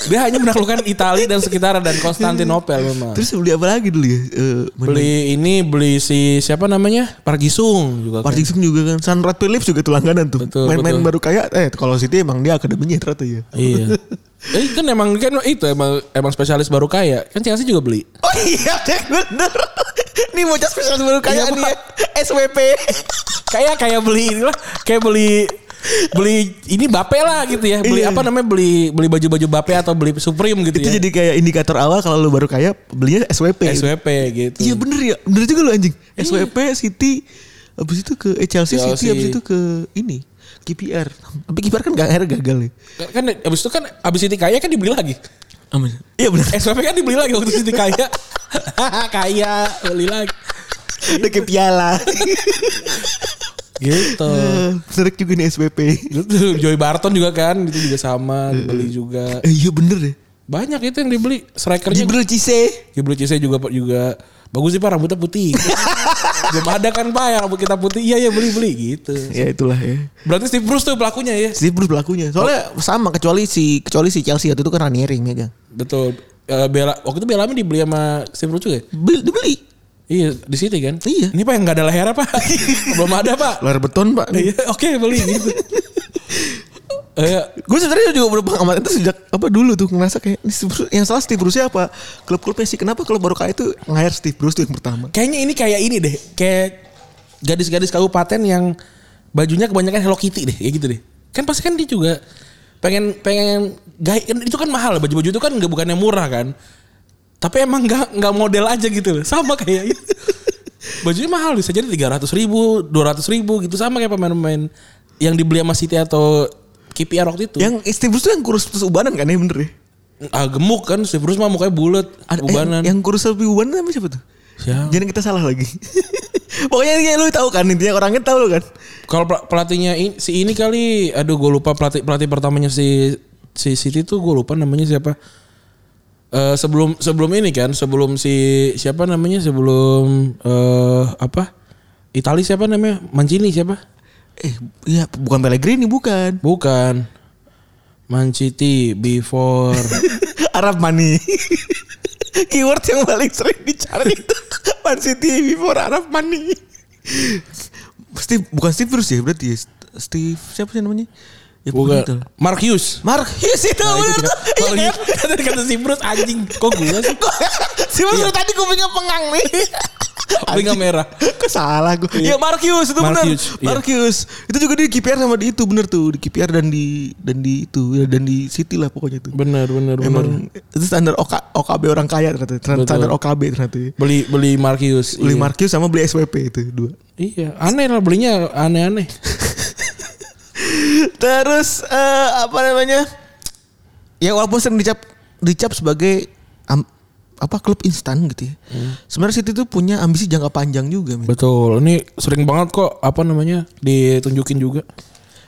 Speaker 2: Dia hanya menaklukkan Italia dan sekitarnya dan Konstantinopel memang.
Speaker 3: <laughs> Terus beli apa lagi dulu ya? Eh, mana?
Speaker 2: beli ini beli si siapa namanya? Pargisung juga. kan.
Speaker 3: Partisung juga kan. Sunrat Philips juga tuh langganan tuh.
Speaker 2: Betul,
Speaker 3: Main-main
Speaker 2: betul.
Speaker 3: baru kaya. Eh kalau City emang dia akademinya ternyata ya. <laughs>
Speaker 2: Iya. Eh kan emang kan itu emang emang spesialis baru kaya. Kan Chelsea juga beli.
Speaker 3: Oh iya <laughs> Jack, bener. Ini bocah spesial Oh, baru kaya
Speaker 2: Iya,
Speaker 3: nih ya.
Speaker 2: <laughs>
Speaker 3: SWP.
Speaker 2: Kayak kayak beli inilah, kayak beli beli ini bape lah gitu ya. Beli
Speaker 3: Iya.
Speaker 2: apa namanya? Beli beli baju-baju bape atau beli Supreme gitu
Speaker 3: Itu
Speaker 2: ya.
Speaker 3: jadi kayak indikator awal kalau lu baru kaya belinya SWP.
Speaker 2: SWP gitu.
Speaker 3: Iya bener ya. Bener juga lu anjing. SWP City Abis itu ke eh, Chelsea, City
Speaker 2: Iya. Chelsea.
Speaker 3: Abis itu ke ini KPR Tapi KPR kan gak akhirnya gagal ya
Speaker 2: Kan abis itu kan abis Siti kaya kan dibeli lagi.
Speaker 3: Iya bener
Speaker 2: SWP kan dibeli lagi waktu Siti kaya. <laughs> kaya beli lagi.
Speaker 3: Udah ke
Speaker 2: <laughs>
Speaker 3: piala
Speaker 2: Gitu.
Speaker 3: Hmm. Menarik Eh, juga nih SWP
Speaker 2: Gitu. Joey Barton juga kan itu juga sama dibeli juga.
Speaker 3: Eh, Iya bener ya
Speaker 2: Banyak itu yang dibeli. Strikernya
Speaker 3: Jibril Cisse
Speaker 2: Gibril Cisse juga juga bagus sih Pak rambutnya <laughs> putih. Belum ada kan Pak yang rambut kita putih. Iya ya beli-beli gitu.
Speaker 3: Ya itulah ya
Speaker 2: Berarti Steve Bruce tuh pelakunya ya.
Speaker 3: Steve Bruce pelakunya. Soalnya sama kecuali si kecuali si Chelsea waktu itu kan Ranieri yang megang.
Speaker 2: Betul. Eh, Bella, waktu itu Bellamy dibeli sama Steve Bruce juga ya?
Speaker 3: Beli, dibeli.
Speaker 2: Iya, di City kan?
Speaker 3: Iya.
Speaker 2: Ini Pak yang nggak ada lehernya <laughs> Pak. Belum ada Pak.
Speaker 3: Layar beton pak.
Speaker 2: Iya, oke beli <laughs> gitu. Eh,
Speaker 3: Gue sebenarnya juga berubah amat itu sejak apa dulu tuh ngerasa kayak ini Steve Bruce- yang salah Steve Bruce apa klub-klubnya sih kenapa kalau baru kaya itu ngayar Steve Bruce tuh yang pertama.
Speaker 2: kayaknya ini kayak ini deh. Kayak gadis-gadis kabupaten yang bajunya kebanyakan Hello Kitty deh. Kayak gitu deh. Kan pasti kan dia juga pengen pengen gaya kan itu kan mahal baju-baju itu kan nggak bukannya murah kan tapi emang nggak nggak model aja gitu loh sama kayak
Speaker 3: <laughs>
Speaker 2: itu bajunya mahal bisa jadi tiga ratus ribu dua ratus ribu gitu sama kayak pemain-pemain yang dibeli sama City atau KPR waktu itu
Speaker 3: Yang eh, Steve Bruce tuh yang kurus terus ubanan kan ya bener ya.
Speaker 2: ah, gemuk kan Steve Bruce mah mukanya bulat
Speaker 3: Ada- eh,
Speaker 2: ubanan
Speaker 3: Yang, kurus lebih ubanan namanya siapa tuh?
Speaker 2: Siapa?
Speaker 3: Jangan kita salah lagi. <laughs> Pokoknya kayak lu tahu kan intinya orangnya tahu lu kan.
Speaker 2: Kalau pel- pelatihnya in- si ini kali, aduh gue lupa pelatih pelatih pertamanya si si City tuh gue lupa namanya siapa. Eh sebelum sebelum ini kan, sebelum si siapa namanya sebelum eh apa? Itali siapa namanya? Mancini siapa?
Speaker 3: Eh, iya bukan Pellegrini bukan.
Speaker 2: Bukan. Mancini <laughs> before.
Speaker 3: <laughs> Arab Money. Keyword yang paling sering dicari itu Man City before Arab Money. Steve bukan Steve Bruce ya berarti ya. Steve siapa sih namanya? Ya pokoknya itu.
Speaker 2: Bukan. Mark Hughes.
Speaker 3: Mark Hughes itu
Speaker 2: Nah,
Speaker 3: bener
Speaker 2: itu tidak-
Speaker 3: tuh.
Speaker 2: Mark
Speaker 3: Iya.
Speaker 2: Hughes. Tadi kata si Bruce anjing. Kok gue sih?
Speaker 3: <laughs> Si Bruce
Speaker 2: Iya.
Speaker 3: dari tadi kupingnya pengang
Speaker 2: <laughs>
Speaker 3: nih.
Speaker 2: Kupingnya merah.
Speaker 3: Kok salah gue.
Speaker 2: ya. Iya.
Speaker 3: Ya Mark Hughes itu
Speaker 2: Mark
Speaker 3: benar.
Speaker 2: Hughes, iya.
Speaker 3: Mark Hughes. Itu juga di KPR sama di itu bener tuh, di KPR dan di dan di itu ya, dan di City lah pokoknya itu.
Speaker 2: Bener bener bener.
Speaker 3: Emang itu standar OK- OKB orang kaya ternyata. Standar OKB ternyata. ya.
Speaker 2: Beli beli Mark Hughes.
Speaker 3: beli
Speaker 2: Iya.
Speaker 3: Markius sama beli SWP itu dua.
Speaker 2: Iya, aneh lah belinya aneh-aneh.
Speaker 3: <laughs> Terus eh, apa namanya? Ya walaupun sering dicap dicap sebagai am- apa klub instan gitu ya. Sebenarnya City tuh punya ambisi jangka panjang juga, men.
Speaker 2: Betul. Ini sering banget kok apa namanya ditunjukin juga.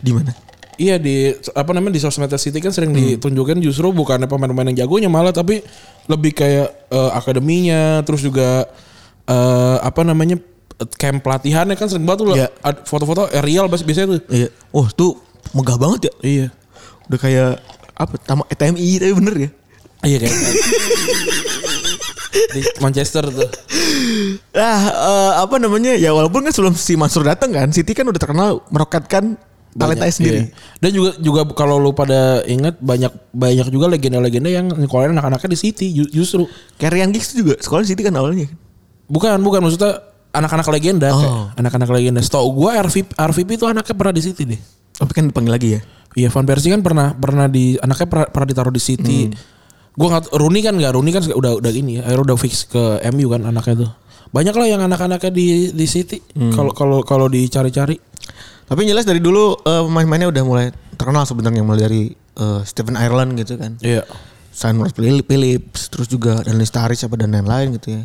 Speaker 3: Di mana?
Speaker 2: Iya di apa namanya di sosmednya City kan sering ditunjukin justru bukannya pemain-pemain yang jagonya malah tapi lebih kayak eh, akademinya terus juga eh, apa namanya eh, camp pelatihannya kan sering banget tuh
Speaker 3: Iya.
Speaker 2: ad- foto-foto aerial bias- biasanya tuh.
Speaker 3: Iya. Oh, tuh megah banget ya.
Speaker 2: Iya.
Speaker 3: Udah kayak apa? eh, Tama TMI tapi bener ya.
Speaker 2: Iya kayak <laughs> di Manchester tuh.
Speaker 3: Nah, eh, apa namanya? Ya walaupun kan sebelum si Mansur datang kan, City kan udah terkenal meroketkan talentanya
Speaker 2: Banyak,
Speaker 3: sendiri.
Speaker 2: iya. Dan juga juga kalau lu pada ingat banyak banyak juga legenda-legenda yang nyekolahin anak-anaknya di City ju- justru.
Speaker 3: Carrion Giggs tuh juga sekolah di City kan awalnya.
Speaker 2: Bukan, bukan maksudnya anak-anak legenda kayak
Speaker 3: Oh.
Speaker 2: anak-anak legenda. Setau gua RVP RVP itu anaknya pernah di City deh.
Speaker 3: Tapi kan dipanggil lagi ya.
Speaker 2: Iya, Van Persie kan pernah pernah di anaknya pernah, pernah ditaruh di City.
Speaker 3: Hmm.
Speaker 2: Gua nggak Rooney kan nggak Rooney kan udah udah ini ya. Akhirnya udah fix ke MU kan anaknya tuh. Banyak lah yang anak-anaknya di di City
Speaker 3: Hmm.
Speaker 2: kalau kalau kalau dicari-cari.
Speaker 3: Tapi yang jelas dari dulu eh, pemain-pemainnya udah mulai terkenal sebenarnya mulai dari eh, Stephen Ireland gitu kan.
Speaker 2: Iya.
Speaker 3: Simon Phillips terus juga dan Lestari siapa dan lain-lain gitu ya.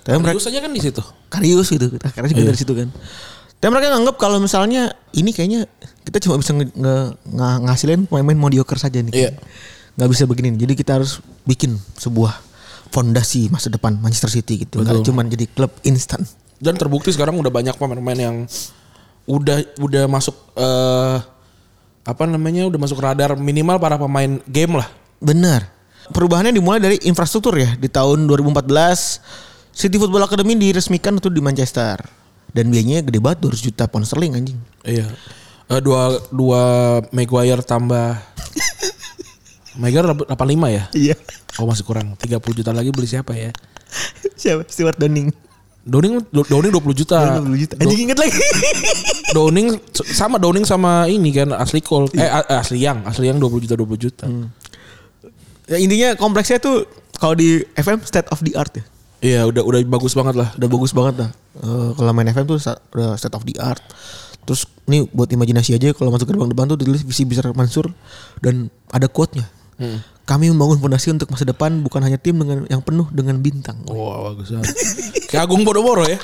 Speaker 3: Tapi mereka
Speaker 2: Terus aja kan di situ.
Speaker 3: Karius gitu akhirnya juga dari situ kan. Tapi mereka nganggap kalau misalnya ini kayaknya kita cuma bisa nge, nge- nga- ngasilin pemain-pemain mediocre saja nih.
Speaker 2: Iya.
Speaker 3: Nggak bisa begini. Jadi kita harus bikin sebuah fondasi masa depan Manchester City gitu. Nggak cuman jadi klub instan.
Speaker 2: dan terbukti sekarang udah banyak pemain-pemain yang udah udah masuk eh apa namanya udah masuk radar minimal para pemain game lah
Speaker 3: Benar. Perubahannya dimulai dari infrastruktur ya. Di tahun 2014 City Football Academy diresmikan itu di Manchester. Dan biayanya gede banget 200 juta pound sterling anjing.
Speaker 2: Iya. Eh, dua dua Maguire tambah Maguire 85 ya?
Speaker 3: Iya. <laughs>
Speaker 2: Oh masih kurang. 30 juta lagi beli siapa ya?
Speaker 3: Siapa? Stewart Downing.
Speaker 2: Downing Do- Downing 20 juta.
Speaker 3: 20 juta. Anjing inget lagi.
Speaker 2: Downing s- sama Downing sama ini kan asli Cole. Eh a- asli yang, asli yang 20 juta 20 juta.
Speaker 3: Ya, intinya kompleksnya tuh kalau di FM state of the art ya.
Speaker 2: Iya, udah udah bagus banget lah.
Speaker 3: Udah bagus banget lah. Eh, kalau main FM tuh sa- udah state of the art. Terus ini buat imajinasi aja kalau masuk gerbang depan tuh ditulis visi besar Mansur dan ada quote-nya. Kami membangun fondasi untuk masa depan bukan hanya tim dengan yang penuh dengan bintang.
Speaker 2: Wah, bagus banget. Kayak Agung Podomoro ya.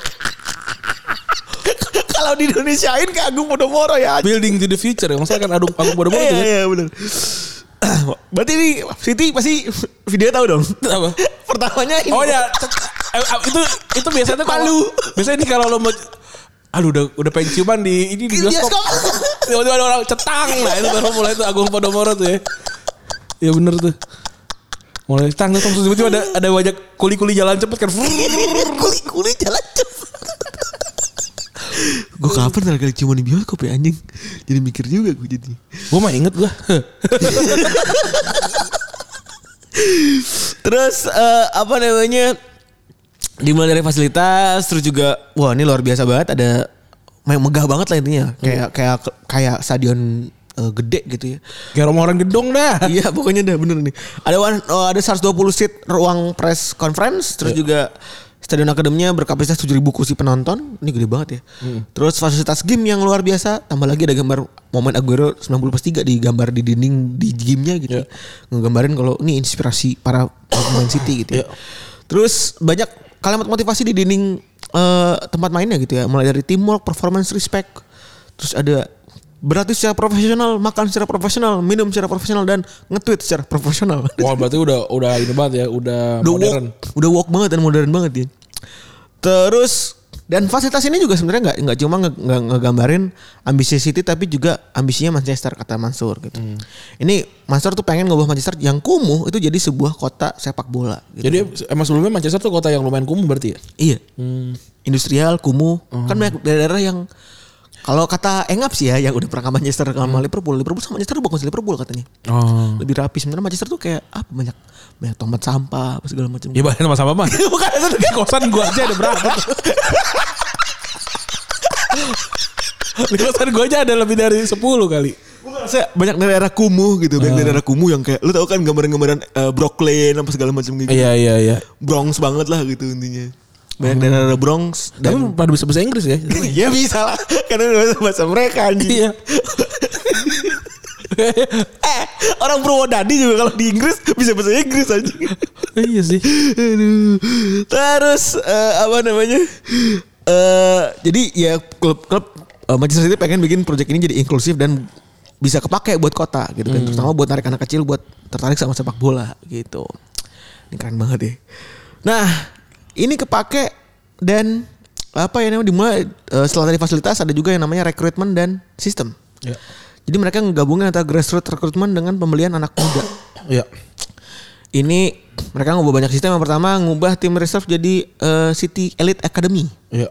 Speaker 3: <laughs> kalau di Indonesiain ke Agung Podomoro ya.
Speaker 2: Building to the future. Yang saya kan Agung Agung Podomoro
Speaker 3: Iya
Speaker 2: tuh ya.
Speaker 3: iya benar. <clears throat> Berarti ini Siti pasti <laughs> video tahu <laughs> dong.
Speaker 2: Apa?
Speaker 3: Pertamanya ini.
Speaker 2: Oh ya, Eh, eh, itu itu biasanya tuh
Speaker 3: Palu.
Speaker 2: kalau biasanya ini kalau lo mau aduh udah udah pengen ciuman di ini di
Speaker 3: Di
Speaker 2: bioskop.
Speaker 3: bioskop. <laughs>
Speaker 2: Tiba-tiba ada orang cetang nah itu baru mulai tuh Agung Podomoro tuh ya. Ya bener tuh. Mulai cetang tuh terus tiba-tiba ada ada wajah kuli-kuli jalan cepet kan.
Speaker 3: Kuli-kuli jalan gue kapan terakhir kali ciuman di bioskop ya anjing jadi mikir juga gue jadi
Speaker 2: Gue mah inget gue.
Speaker 3: terus eh, apa namanya dimulai dari fasilitas terus juga wah ini luar biasa banget ada me- megah banget lah intinya kayak kayak kayak stadion eh, gede gitu ya
Speaker 2: <laughs> Kayak orang-orang gedong dah.
Speaker 3: <laughs> Iya pokoknya udah bener nih. Ada one- oh, ada 120 seat ruang press conference
Speaker 2: Iya.
Speaker 3: terus juga stadion akademinya berkapasitas 7000 kursi penonton. Ini gede banget ya.
Speaker 2: Hmm.
Speaker 3: Terus fasilitas game yang luar biasa. Tambah lagi ada gambar momen Aguero 90 plus 3 digambar di dinding di gamenya gitu.
Speaker 2: Iya.
Speaker 3: Ngegambarin kalau ini inspirasi para pemain City gitu
Speaker 2: Iya.
Speaker 3: ya. Terus banyak kalimat motivasi di dinding eh, tempat mainnya gitu ya. Mulai dari teamwork, performance, respect. Terus ada berarti secara profesional, makan secara profesional, minum secara profesional dan nge-tweet secara profesional.
Speaker 2: Wah berarti udah udah ini banget ya. Udah
Speaker 3: udah
Speaker 2: modern.
Speaker 3: woke, udah woke banget dan modern banget ya. Terus dan fasilitas ini juga sebenarnya nggak nggak cuma nge- nge- ngegambarin ambisi City tapi juga ambisinya Manchester kata Mansur gitu.
Speaker 2: Hmm.
Speaker 3: Ini Mansur tuh pengen ngubah Manchester yang kumuh itu jadi sebuah kota sepak bola. Gitu.
Speaker 2: Jadi emang sebelumnya Manchester tuh kota yang lumayan kumuh berarti ya.
Speaker 3: Iya. Industrial, kumuh. Kan banyak daerah-daerah yang kalau kata Engap sih ya yang udah pernah ke Manchester sama Liverpool. Liverpool sama Manchester bagus Liverpool katanya.
Speaker 2: Oh.
Speaker 3: Lebih rapi sebenarnya Manchester tuh kayak apa banyak banyak tomat sampah apa segala macam.
Speaker 2: Ya bahkan sama sama <laughs> mah.
Speaker 3: Bukan itu
Speaker 2: Di kosan gue aja ada <laughs> berangkat. Di kosan gue aja ada lebih dari 10 kali.
Speaker 3: Saya banyak daerah kumuh gitu, banyak daerah kumuh yang kayak lu tau kan gambaran-gambaran eh, Brooklyn apa segala macam gitu.
Speaker 2: Iya iya iya.
Speaker 3: Bronx banget lah gitu intinya. Banyak daerah Bronx
Speaker 2: Tapi
Speaker 3: dan
Speaker 2: pada bisa bahasa Inggris ya.
Speaker 3: ya bisa lah <laughs> karena bahasa bahasa mereka anjing.
Speaker 2: <laughs> Iya.
Speaker 3: <laughs> Eh, orang Purwodadi juga kalau di Inggris bisa bahasa Inggris aja.
Speaker 2: iya sih.
Speaker 3: Aduh. Terus eh, apa namanya? Eh, jadi ya klub-klub eh, Manchester City pengen bikin proyek ini jadi inklusif dan bisa kepake buat kota gitu
Speaker 2: Hmm.
Speaker 3: kan. Terutama buat tarik anak kecil buat tertarik sama sepak bola gitu. Ini keren banget deh. Nah, ini kepake dan apa ya namanya dimulai eh, setelah tadi fasilitas ada juga yang namanya rekrutmen dan sistem.
Speaker 2: Iya.
Speaker 3: Jadi mereka menggabungkan antara grassroots recruitment dengan pembelian anak muda.
Speaker 2: Iya.
Speaker 3: Ini mereka ngubah banyak sistem. Yang pertama ngubah tim reserve jadi eh, City Elite Academy.
Speaker 2: Iya.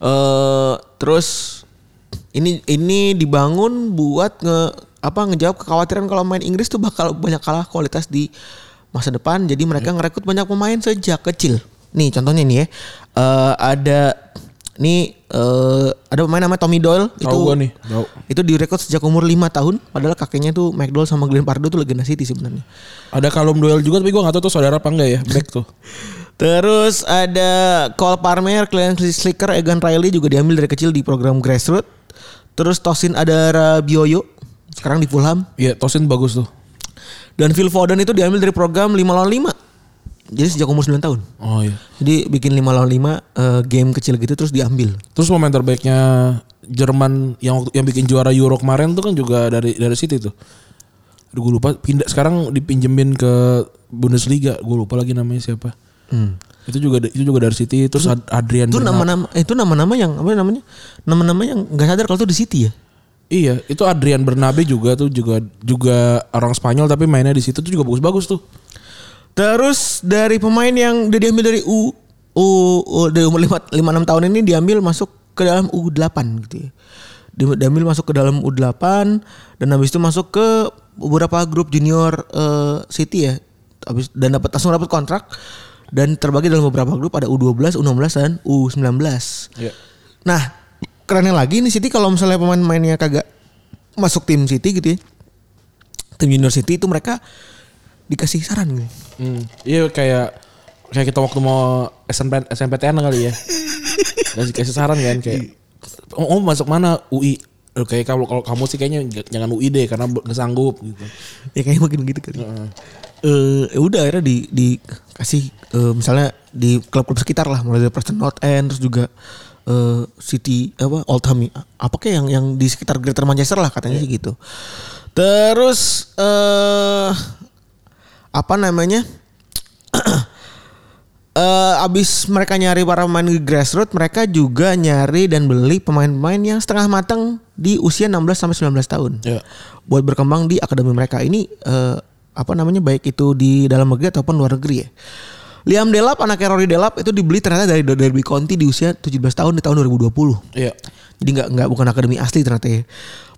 Speaker 3: eh terus ini ini dibangun buat nge apa ngejawab kekhawatiran kalau main Inggris tuh bakal banyak kalah kualitas di masa depan. Jadi mereka
Speaker 2: Hmm.
Speaker 3: ngerekrut banyak pemain sejak kecil. Nih contohnya nih ya. Eh, ada nih eh, ada pemain namanya Tommy Doyle
Speaker 2: Tahu gua nih. Tahu.
Speaker 3: itu direkrut sejak umur 5 tahun padahal kakeknya tuh McDowell sama Glenn Pardo tuh legenda City sebenarnya.
Speaker 2: Ada kalum duel juga tapi gue gak tahu tuh saudara apa enggak ya. Back tuh.
Speaker 3: Terus ada Cole Palmer, Glenn Slicker, Egan Riley juga diambil dari kecil di program grassroots. Terus Tosin ada Rabioyo sekarang di Fulham
Speaker 2: Iya Tosin bagus tuh.
Speaker 3: dan Phil Foden itu diambil dari program 5 lawan 5. Jadi sejak umur 9 tahun.
Speaker 2: Oh iya.
Speaker 3: Jadi bikin 5 lawan 5 eh, game kecil gitu terus diambil.
Speaker 2: Terus pemain terbaiknya Jerman yang waktu- yang bikin juara Euro kemarin tuh kan juga dari dari City tuh. Aduh gue lupa pindah sekarang dipinjemin ke Bundesliga. Gue lupa lagi namanya siapa. Itu juga itu juga dari City terus Ad- Adrian
Speaker 3: Itu
Speaker 2: Bernat-
Speaker 3: nama-nama itu nama-nama yang apa namanya? Nama-nama yang nggak sadar kalau itu di City ya.
Speaker 2: Iya, itu Adrian Bernabe juga tuh juga juga orang Spanyol tapi mainnya di situ tuh juga bagus-bagus tuh.
Speaker 3: Terus dari pemain yang udah diambil dari U U, U dari umur 5 5 6 tahun ini diambil masuk ke dalam U8 gitu ya. Di- Diambil masuk ke dalam U8 dan habis itu masuk ke beberapa grup junior eh, City ya. Habis dan dapat langsung dapat kontrak dan terbagi dalam beberapa grup ada U12, U16 dan U19.
Speaker 2: Iya.
Speaker 3: Nah, kerennya lagi nih City kalau misalnya pemain-pemainnya kagak masuk tim City gitu ya. Tim junior City itu mereka dikasih saran gitu.
Speaker 2: Hmm. Iya kayak kayak kita waktu mau SMP, SMPTN kali ya. Kasih kasih saran kan kayak oh, oh, masuk mana UI Eh, kayak kalau kalau kamu sih kayaknya j- jangan UI deh karena b- nggak sanggup gitu.
Speaker 3: <laughs> ya kayak makin gitu kali. Eh, ya udah akhirnya di dikasih eh, misalnya di klub-klub sekitar lah mulai dari Preston North End terus juga eh, City apa Oldham apa kayak yang yang di sekitar Greater Manchester lah katanya sih gitu. Terus eh apa namanya? <clears throat> eh abis mereka nyari para pemain di grassroots, mereka juga nyari dan beli pemain-pemain yang setengah matang di usia 16 sampai 19 tahun.
Speaker 2: Ya.
Speaker 3: Buat berkembang di akademi mereka ini eh, apa namanya baik itu di dalam negeri ataupun luar negeri ya. Liam Delap anaknya Rory Delap itu dibeli ternyata dari Derby County di usia 17 tahun di tahun 2020.
Speaker 2: Iya.
Speaker 3: Jadi nggak nggak bukan akademi asli ternyata ya.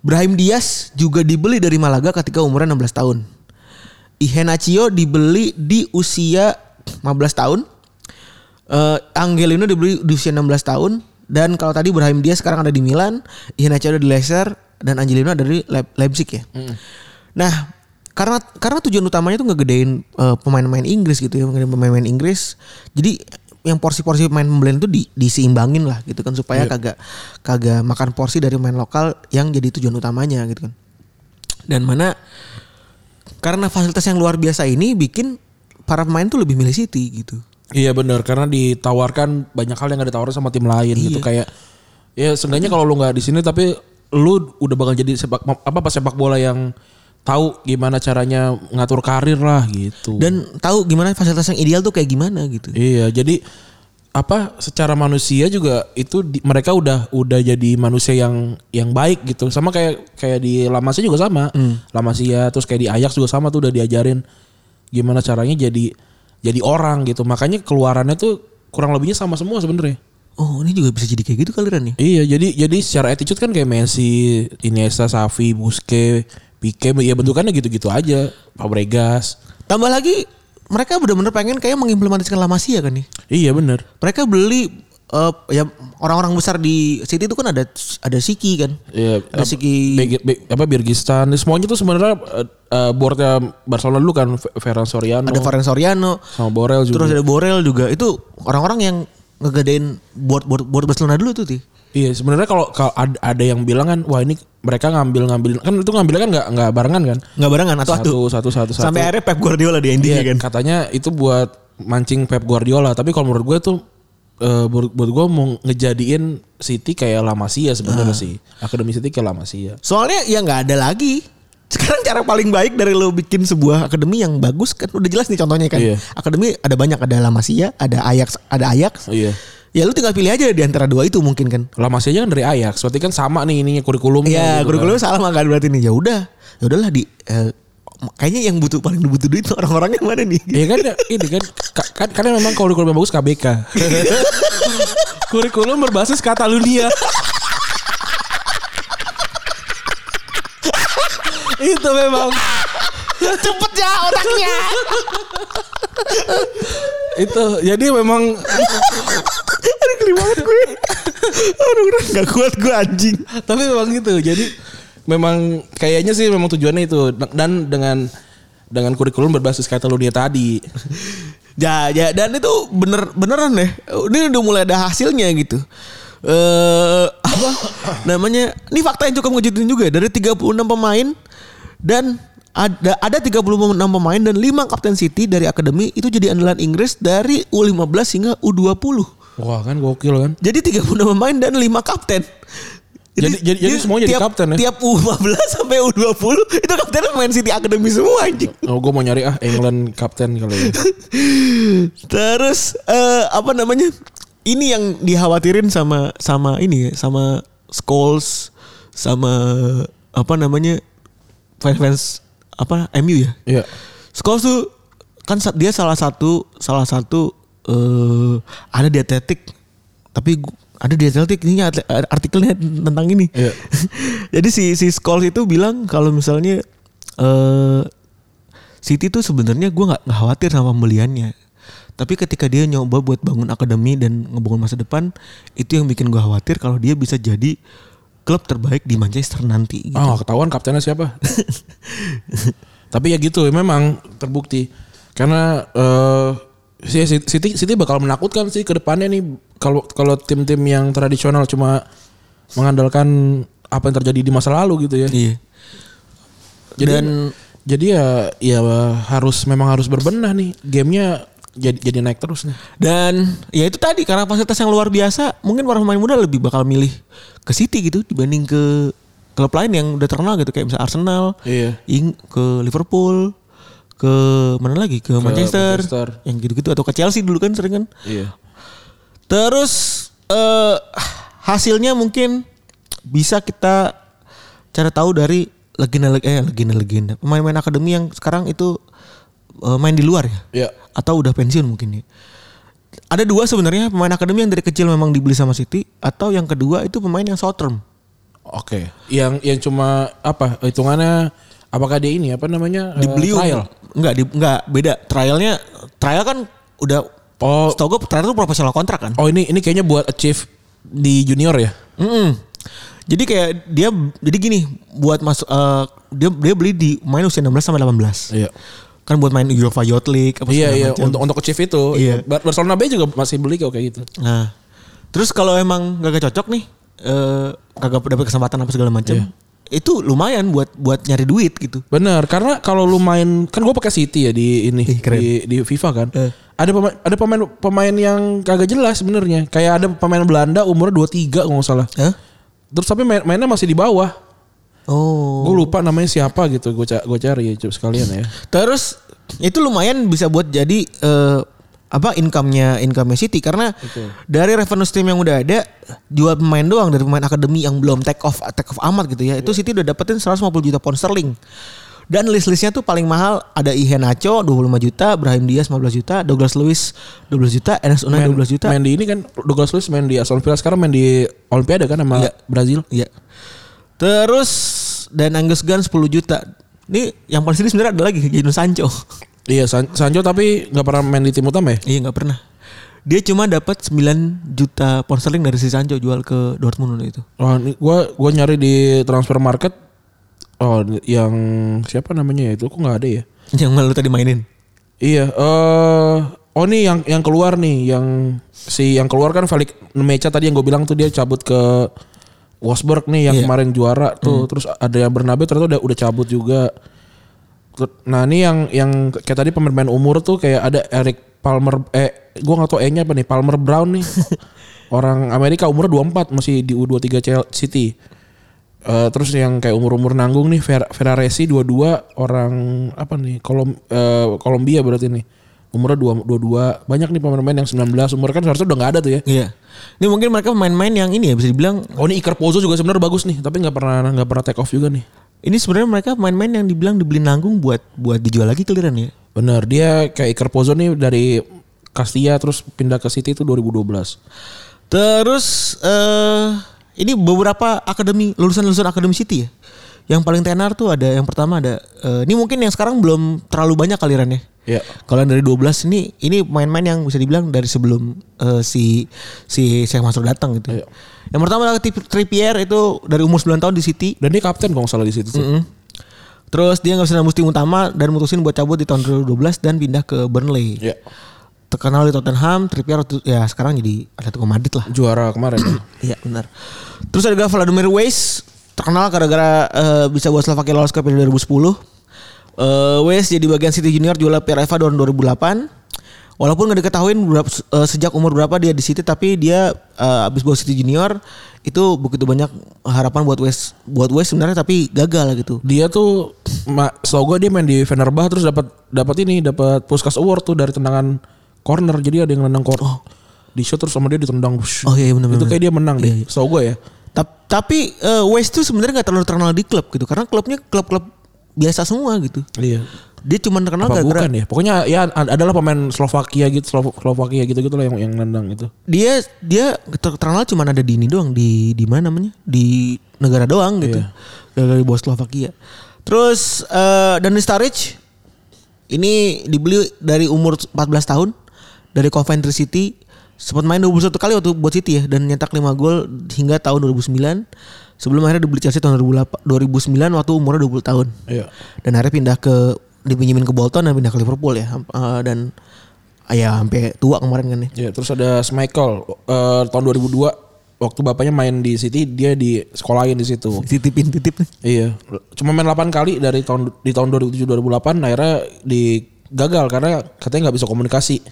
Speaker 3: Brahim Diaz juga dibeli dari Malaga ketika umurnya 16 tahun. Ihenacio dibeli di usia 15 tahun. Eh, Angelino dibeli di usia 16 tahun dan kalau tadi Brahim Diaz sekarang ada di Milan, Ihenacio ada di Leicester dan Angelino ada di Leip- Leipzig ya. Nah, karena karena tujuan utamanya tuh ngegedein eh, pemain-pemain Inggris gitu ya, ngegedein pemain-pemain Inggris. Jadi yang porsi-porsi pemain pembelian itu di, diseimbangin lah gitu kan supaya kagak kagak makan porsi dari pemain lokal yang jadi tujuan utamanya gitu kan. Dan mana karena fasilitas yang luar biasa ini bikin para pemain tuh lebih milih City gitu.
Speaker 2: Iya benar karena ditawarkan banyak hal yang gak ditawarin sama tim lain gitu kayak ya seenggaknya kalau lu nggak di sini tapi lu udah bakal jadi sepak apa sepak bola yang tahu gimana caranya ngatur karir lah gitu.
Speaker 3: Dan tahu gimana fasilitas yang ideal tuh kayak gimana gitu.
Speaker 2: Iya, jadi apa secara manusia juga itu di- mereka udah udah jadi manusia yang yang baik gitu. Sama kayak kayak di Lamasia juga sama. Lamasia terus kayak di Ajax juga sama tuh udah diajarin gimana caranya jadi jadi orang gitu. Makanya keluarannya tuh kurang lebihnya sama semua sebenarnya.
Speaker 3: Oh, ini juga bisa jadi kayak gitu kali Ran ya.
Speaker 2: Iya, jadi jadi secara attitude kan kayak Messi, Iniesta, Xavi, Busquets, Pique, ya bentukannya gitu-gitu aja. Fabregas.
Speaker 3: Tambah lagi mereka bener-bener pengen kayak mengimplementasikan La Masia kan nih.
Speaker 2: Iya bener.
Speaker 3: Mereka beli eh, ya orang-orang besar di City itu kan ada ada Siki kan.
Speaker 2: Ya,
Speaker 3: Ada
Speaker 2: apa-
Speaker 3: Siki
Speaker 2: Beg- Be- apa Birgistan semuanya tuh sebenarnya eh, eh, boardnya Barcelona dulu kan Fe- Ferran Soriano
Speaker 3: ada Ferran Soriano,
Speaker 2: sama Borel juga
Speaker 3: terus ya? ada Borel juga. Itu orang-orang yang ngegedein board board board Barcelona dulu tuh, Ti.
Speaker 2: iya sebenarnya kalau kalau ad- ada yang bilang kan wah ini mereka ngambil ngambil kan itu ngambilnya kan nggak nggak barengan kan
Speaker 3: Nggak barengan atau satu,
Speaker 2: satu satu satu satu
Speaker 3: Sampai akhirnya Pep Guardiola di endingnya
Speaker 2: Iya,
Speaker 3: kan.
Speaker 2: katanya itu buat mancing Pep Guardiola tapi kalau menurut gue tuh eh, menurut buat gue mau ngejadiin City kayak La Masia sebenarnya
Speaker 3: Ah.
Speaker 2: sih akademi City kayak La Masia
Speaker 3: Soalnya ya nggak ada lagi. Sekarang cara paling baik dari lo bikin sebuah akademi yang bagus kan udah jelas nih contohnya kan.
Speaker 2: Iya.
Speaker 3: Akademi ada banyak ada La Masia, ada Ajax, ada Ajax.
Speaker 2: iya
Speaker 3: Ya lu tinggal pilih aja di antara dua itu mungkin kan.
Speaker 2: La Masia aja kan dari Ajax berarti kan sama nih ininya kurikulumnya
Speaker 3: Iya,
Speaker 2: gitu kan.
Speaker 3: kurikulum salah makan berarti nih. Ya udah, ya udahlah di eh, kayaknya yang butuh paling butuh duit tuh orang-orang yang mana nih?
Speaker 2: Iya kan ini kan ka- kan karena memang kurikulum yang bagus KBK. <laughs> kurikulum berbasis Katalunia. itu memang
Speaker 3: Cepet ya otaknya.
Speaker 2: itu jadi memang
Speaker 3: Aduh geli banget gue. <laughs> Aduh udah nggak kuat gue anjing.
Speaker 2: tapi memang gitu jadi memang kayaknya sih memang tujuannya itu dan dengan dengan kurikulum berbasis Katalunia tadi
Speaker 3: Ya, ya dan itu bener beneran deh. Ini udah mulai ada hasilnya gitu. Eh
Speaker 2: <laughs>
Speaker 3: apa namanya? Ini fakta yang cukup ngejutun juga ya. dari 36 pemain dan ada ada 36 pemain dan 5 kapten City dari akademi itu jadi andalan Inggris dari U15 hingga U20.
Speaker 2: wah kan gokil kan
Speaker 3: Jadi 36 pemain dan 5 kapten.
Speaker 2: Jadi- jadi- jadi semua jadi
Speaker 3: tiap,
Speaker 2: kapten ya?
Speaker 3: Tiap U15 sampai U20 itu kaptennya pemain City akademi semua anjing.
Speaker 2: oh gue mau nyari ah England kapten kali ya.
Speaker 3: Terus eh, apa namanya? Ini yang dikhawatirin sama sama ini ya, sama Scholes sama apa namanya? fans-fans apa MU ya?
Speaker 2: iya
Speaker 3: Scholes tuh kan sa- dia salah satu salah satu eh ada di atletik tapi gu- ada di atletik ini atle- artikelnya tentang ini.
Speaker 2: Iya.
Speaker 3: <laughs> Jadi si si Scholes itu bilang kalau misalnya eh City tuh sebenarnya gue nggak nggak khawatir sama pembeliannya. Tapi ketika dia nyoba buat bangun akademi dan ngebangun masa depan, itu yang bikin gue khawatir kalau dia bisa jadi klub terbaik di Manchester nanti. Gitu.
Speaker 2: Oh ketahuan kaptennya
Speaker 3: <laughs>
Speaker 2: siapa? Tapi ya gitu memang terbukti karena eh, si si- City City bakal menakutkan sih ke depannya nih kalau kalau tim-tim yang tradisional cuma mengandalkan apa yang terjadi di masa lalu gitu ya.
Speaker 3: Iya.
Speaker 2: Jadi jadi ya ya harus memang harus berbenah nih gamenya jadi jadi naik terus nih.
Speaker 3: Dan ya itu tadi karena fasilitas yang luar biasa, mungkin para pemain muda lebih bakal milih ke City gitu dibanding ke klub lain yang udah terkenal gitu kayak misalnya Arsenal,
Speaker 2: Iya.
Speaker 3: Ing- ke Liverpool, ke mana lagi ke, Manchester,
Speaker 2: Manchester.
Speaker 3: yang gitu-gitu atau ke Chelsea dulu kan sering kan.
Speaker 2: Iya.
Speaker 3: Terus eh hasilnya mungkin bisa kita cara tahu dari legenda eh legenda-legenda pemain-pemain akademi yang sekarang itu eh, main di luar ya
Speaker 2: Iya.
Speaker 3: atau udah pensiun mungkin ya. Ada dua sebenarnya pemain akademi yang dari kecil memang dibeli sama City atau yang kedua itu pemain yang short term.
Speaker 2: Oke. Yang yang cuma apa hitungannya apakah dia ini apa namanya eh,
Speaker 3: Dibeli
Speaker 2: trial?
Speaker 3: Enggak, di, enggak beda. Trialnya trial kan udah
Speaker 2: Oh,
Speaker 3: setahu gue trial itu profesional kontrak kan.
Speaker 2: Oh ini ini kayaknya buat achieve di junior ya?
Speaker 3: Mm-mm. Jadi kayak dia jadi gini buat masuk eh, dia dia beli di main usia 16 sama 18.
Speaker 2: Iya.
Speaker 3: Kan buat main UEFA Youth League apa
Speaker 2: Iya
Speaker 3: segala
Speaker 2: iya
Speaker 3: macam.
Speaker 2: untuk untuk achieve itu.
Speaker 3: Iya.
Speaker 2: Bar- Barcelona B juga masih beli kok kayak gitu.
Speaker 3: Nah, terus kalau emang gak cocok nih, eh kagak dapat kesempatan apa segala macam, itu lumayan buat buat nyari duit gitu.
Speaker 2: Bener karena kalau lu main kan gue pakai City ya di ini
Speaker 3: Ih, keren.
Speaker 2: di di FIFA kan.
Speaker 3: Eh.
Speaker 2: Ada pemain ada pemain pemain yang kagak jelas sebenarnya. Kayak ada pemain Belanda umur 23 kalau nggak salah.
Speaker 3: Hah?
Speaker 2: Terus tapi main, mainnya masih di bawah.
Speaker 3: Oh.
Speaker 2: Gue lupa namanya siapa gitu. Gue ca gue cari ya coba sekalian ya.
Speaker 3: Terus itu lumayan bisa buat jadi eh, apa income-nya income-nya City karena dari revenue stream yang udah ada jual pemain doang dari pemain akademi yang belum take off take off amat gitu ya. Itu City udah dapetin 150 juta pound sterling. Dan list-listnya tuh paling mahal ada Iheanacho 25 juta, Brahim Diaz 15 juta, Douglas Lewis 12 juta, Enes Unai 12 juta.
Speaker 2: Main di ini kan Douglas Luiz main di Aston Villa sekarang main di Olimpiade kan sama
Speaker 3: Iya.
Speaker 2: Brazil.
Speaker 3: Iya. Terus dan Angus Gunn 10 juta. Ini yang paling sedih sebenarnya ada lagi Jadon Sancho.
Speaker 2: Iya San- Sancho tapi nggak pernah main di tim utama ya?
Speaker 3: iya nggak pernah. Dia cuma dapat 9 juta pound sterling dari si Sancho jual ke Dortmund waktu itu.
Speaker 2: Wah, Oh, ini gua gua nyari di transfer market oh ini yang siapa namanya ya itu kok nggak ada ya?
Speaker 3: Yang malu tadi mainin.
Speaker 2: Iya, eh oh nih yang yang keluar nih yang si yang keluar kan Felix Mecha tadi yang gue bilang tuh dia cabut ke Wolfsburg nih yang kemarin juara tuh terus ada yang Bernabe ternyata udah udah cabut juga. Ter- Nah, ini yang yang kayak tadi pemain umur tuh kayak ada Eric Palmer eh gua nggak tahu E-nya apa nih, Palmer Brown <laughs> nih. Orang Amerika umur 24 masih di U23 Chel- City. Eh, terus yang kayak umur-umur nanggung nih Fer Ferraresi 22 orang apa nih Kolom eh, Kolombia berarti nih. Umurnya dua- 22. Banyak nih pemain-pemain yang 19 umur kan seharusnya udah nggak ada tuh ya.
Speaker 3: Iya. Ini mungkin mereka pemain-pemain yang ini ya bisa dibilang
Speaker 2: Oh ini Iker Pozo juga sebenarnya bagus nih, tapi nggak pernah nggak pernah take off juga nih.
Speaker 3: ini sebenarnya mereka pemain-pemain yang dibilang dibeli nanggung buat buat dijual lagi keliran ya.
Speaker 2: Bener, dia kayak Iker Pozo nih dari Castilla terus pindah ke City itu 2012.
Speaker 3: Terus eh ini beberapa akademi lulusan-lulusan akademi City ya. Yang paling tenar tuh ada yang pertama ada eh, ini mungkin yang sekarang belum terlalu banyak kalirannya.
Speaker 2: Iya.
Speaker 3: Kalau yang dari 12 ini ini main-main yang bisa dibilang dari sebelum eh, si si Sheikh Mansur datang gitu.
Speaker 2: Iya.
Speaker 3: Yang pertama adalah Tri- Trippier itu dari umur 9 tahun di City.
Speaker 2: Dan dia kapten kalau nggak salah di situ. tuh.
Speaker 3: Mm. Terus dia nggak bisa nembus tim utama dan mutusin buat cabut di tahun 2012 dan pindah ke Burnley.
Speaker 2: Iya.
Speaker 3: Terkenal di Tottenham, Trippier tuh- ya sekarang jadi Atletico Madrid lah.
Speaker 2: Juara kemarin. ya.
Speaker 3: Iya benar. Terus ada juga Vladimir Weiss terkenal gara-gara eh, bisa buat Slovakia lolos ke Piala 2010. Eh Weiss jadi bagian City Junior juara Piala tahun 2008. Walaupun nggak diketahuin berapa, eh, sejak umur berapa dia di City tapi dia eh, abis bawa City Junior itu begitu banyak harapan buat Weiss buat Weiss sebenarnya tapi gagal gitu.
Speaker 2: Dia tuh ma- setahu gue dia main di Fenerbahce terus dapat dapat ini dapat Puskas Award tuh dari tendangan corner. Jadi ada yang nendang corner. Di shot terus sama dia ditendang.
Speaker 3: Oh, iya, iya, bener,
Speaker 2: Itu
Speaker 3: bener.
Speaker 2: kayak dia menang deh.
Speaker 3: Iya, iya.
Speaker 2: Setahu gue ya.
Speaker 3: Ta- tapi eh, West tuh sebenarnya nggak terlalu terkenal di klub gitu karena klubnya klub-klub biasa semua gitu.
Speaker 2: Iya.
Speaker 3: Dia cuma terkenal
Speaker 2: Apa
Speaker 3: gara-gara
Speaker 2: bukan ya? Pokoknya ya ad- adalah pemain Slovakia gitu, Slov- Slovakia gitu gitu lah yang yang nendang itu.
Speaker 3: dia dia ter- terkenal cuma ada di ini doang di di mana namanya di negara doang gitu
Speaker 2: Iya.
Speaker 3: dari Slovakia terus eh Dani Sturridge ini dibeli dari umur 14 tahun dari Coventry City sempat main 21 kali waktu buat City ya dan nyetak 5 gol hingga tahun 2009 sebelum akhirnya dibeli Chelsea tahun 2008 2009 waktu umurnya 20 tahun
Speaker 2: Iya.
Speaker 3: dan akhirnya pindah ke dipinjemin ke Bolton dan pindah ke Liverpool ya Ham- eh, dan ayah sampai tua kemarin kan
Speaker 2: Ya,
Speaker 3: ya
Speaker 2: terus ada Schmeichel eh, tahun 2002 waktu bapaknya main di City, dia di sekolahin di situ.
Speaker 3: titipin titip
Speaker 2: Iya, cuma main 8 kali dari tahun di tahun 2007 2008 akhirnya di gagal karena katanya nggak bisa komunikasi.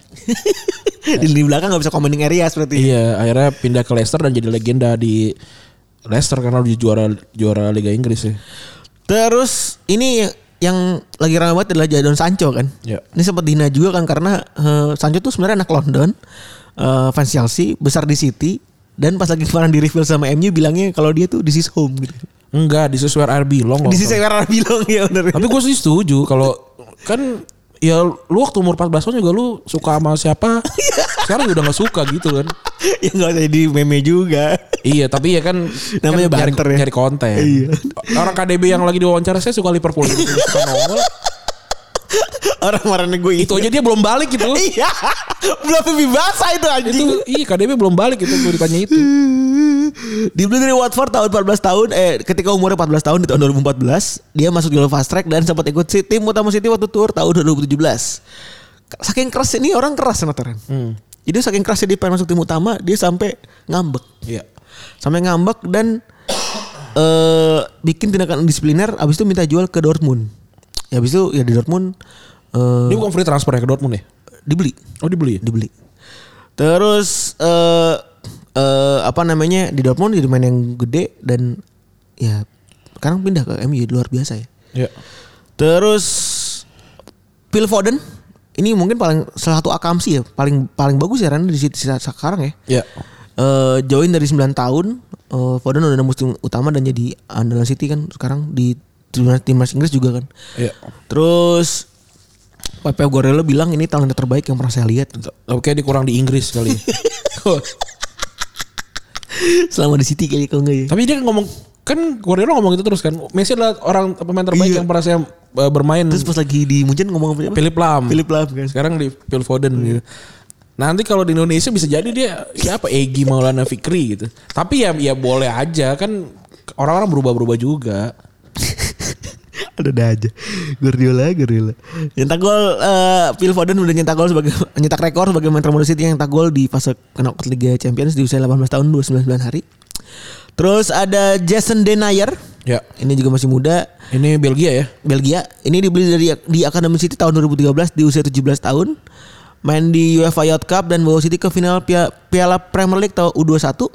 Speaker 3: <laughs> di lini belakang nggak bisa commanding area seperti
Speaker 2: Iya, akhirnya pindah ke Leicester dan jadi legenda di Leicester karena udah juara juara Liga Inggris ya.
Speaker 3: terus ini yang lagi ramai banget adalah Jadon Sancho kan
Speaker 2: Iya.
Speaker 3: ini sempat dihina juga kan karena eh, Sancho tuh sebenarnya anak London eh, fans Chelsea besar di City dan pas lagi kemarin di reveal sama MU bilangnya kalau dia tuh this is home gitu
Speaker 2: Enggak, di sesuai RB long.
Speaker 3: this is where I belong ya bener
Speaker 2: Tapi gue sih setuju kalau kan ya lu waktu umur 14 tahun juga lu suka sama <laughs> siapa? Sekarang udah nggak suka gitu kan.
Speaker 3: <laughs> ya nggak usah jadi meme juga <laughs>
Speaker 2: Iya, tapi ya kan
Speaker 3: Namanya
Speaker 2: kan nyari-
Speaker 3: banter ya.
Speaker 2: nyari konten.
Speaker 3: Iya.
Speaker 2: Orang KDB yang lagi diwawancara saya suka
Speaker 3: <laughs>
Speaker 2: Liverpool gitu, suka nongol.
Speaker 3: orang marahnya gue
Speaker 2: Itu aja dia belum balik gitu.
Speaker 3: <laughs> iya belum lebih basah itu anjing
Speaker 2: itu iya KDB belum balik itu gue ditanya itu.
Speaker 3: Dibeli dari Watford tahun 14 tahun eh ketika umurnya 14 tahun di tahun 2014 dia masuk jalur fast track dan sempat ikut si- tim utama City waktu tour tahun 2017. Saking keras ini orang keras senatoran. Jadi saking kerasnya dia pengen masuk tim utama dia sampai ngambek.
Speaker 2: Iya.
Speaker 3: Sampai ngambek dan <coughs> eh bikin tindakan disipliner abis itu minta jual ke Dortmund. Ya abis itu ya di Dortmund eh,
Speaker 2: Dia bukan free transfer ya ke Dortmund ya?
Speaker 3: dibeli
Speaker 2: Oh dibeli. ya?
Speaker 3: dibeli. Terus eh eh, apa namanya di Dortmund jadi main yang gede dan ya sekarang pindah ke MU luar biasa ya.
Speaker 2: Iya.
Speaker 3: Terus Phil Foden ini mungkin paling salah satu akamsi ya paling paling bagus ya Ran di situ sekarang ya.
Speaker 2: Iya.
Speaker 3: Eh, join dari 9 tahun eh, Foden udah nembus tim utama dan jadi andalan City kan sekarang di timnas timnas Inggris juga kan.
Speaker 2: Iya.
Speaker 3: Terus Pepe Guardiola bilang ini talenta terbaik yang pernah saya lihat.
Speaker 2: Oke dia kurang di Inggris
Speaker 3: <laughs>
Speaker 2: kali. ya.
Speaker 3: Oh. Selama di City kali kalau enggak ya.
Speaker 2: Tapi dia ngomong kan Guardiola ngomong itu terus kan. Messi adalah orang pemain terbaik
Speaker 3: Iya.
Speaker 2: yang pernah saya uh, bermain.
Speaker 3: Terus pas lagi di Munchen ngomong apa?
Speaker 2: Philip Lam.
Speaker 3: Philip Lam kan.
Speaker 2: Sekarang di Phil Foden gitu. Nanti kalau di Indonesia bisa jadi dia siapa Egi Maulana Fikri gitu. Tapi ya ya boleh aja kan orang-orang berubah-berubah juga.
Speaker 3: Ada ada aja. Guardiola, Guardiola. Nyetak gol eh, Phil Foden udah nyetak gol sebagai <laughs> nyetak rekor sebagai main termuda City yang nyetak gol di fase knockout Liga Champions di usia 18 tahun 29 hari. Terus ada Jason Denayer.
Speaker 2: Ya.
Speaker 3: Ini juga masih muda.
Speaker 2: Ini Belgia ya.
Speaker 3: Belgia. Ini dibeli dari di Academy City tahun 2013 di usia 17 tahun. Main di UEFA Youth Cup dan bawa City ke final Pia- Piala Premier League tahun U21.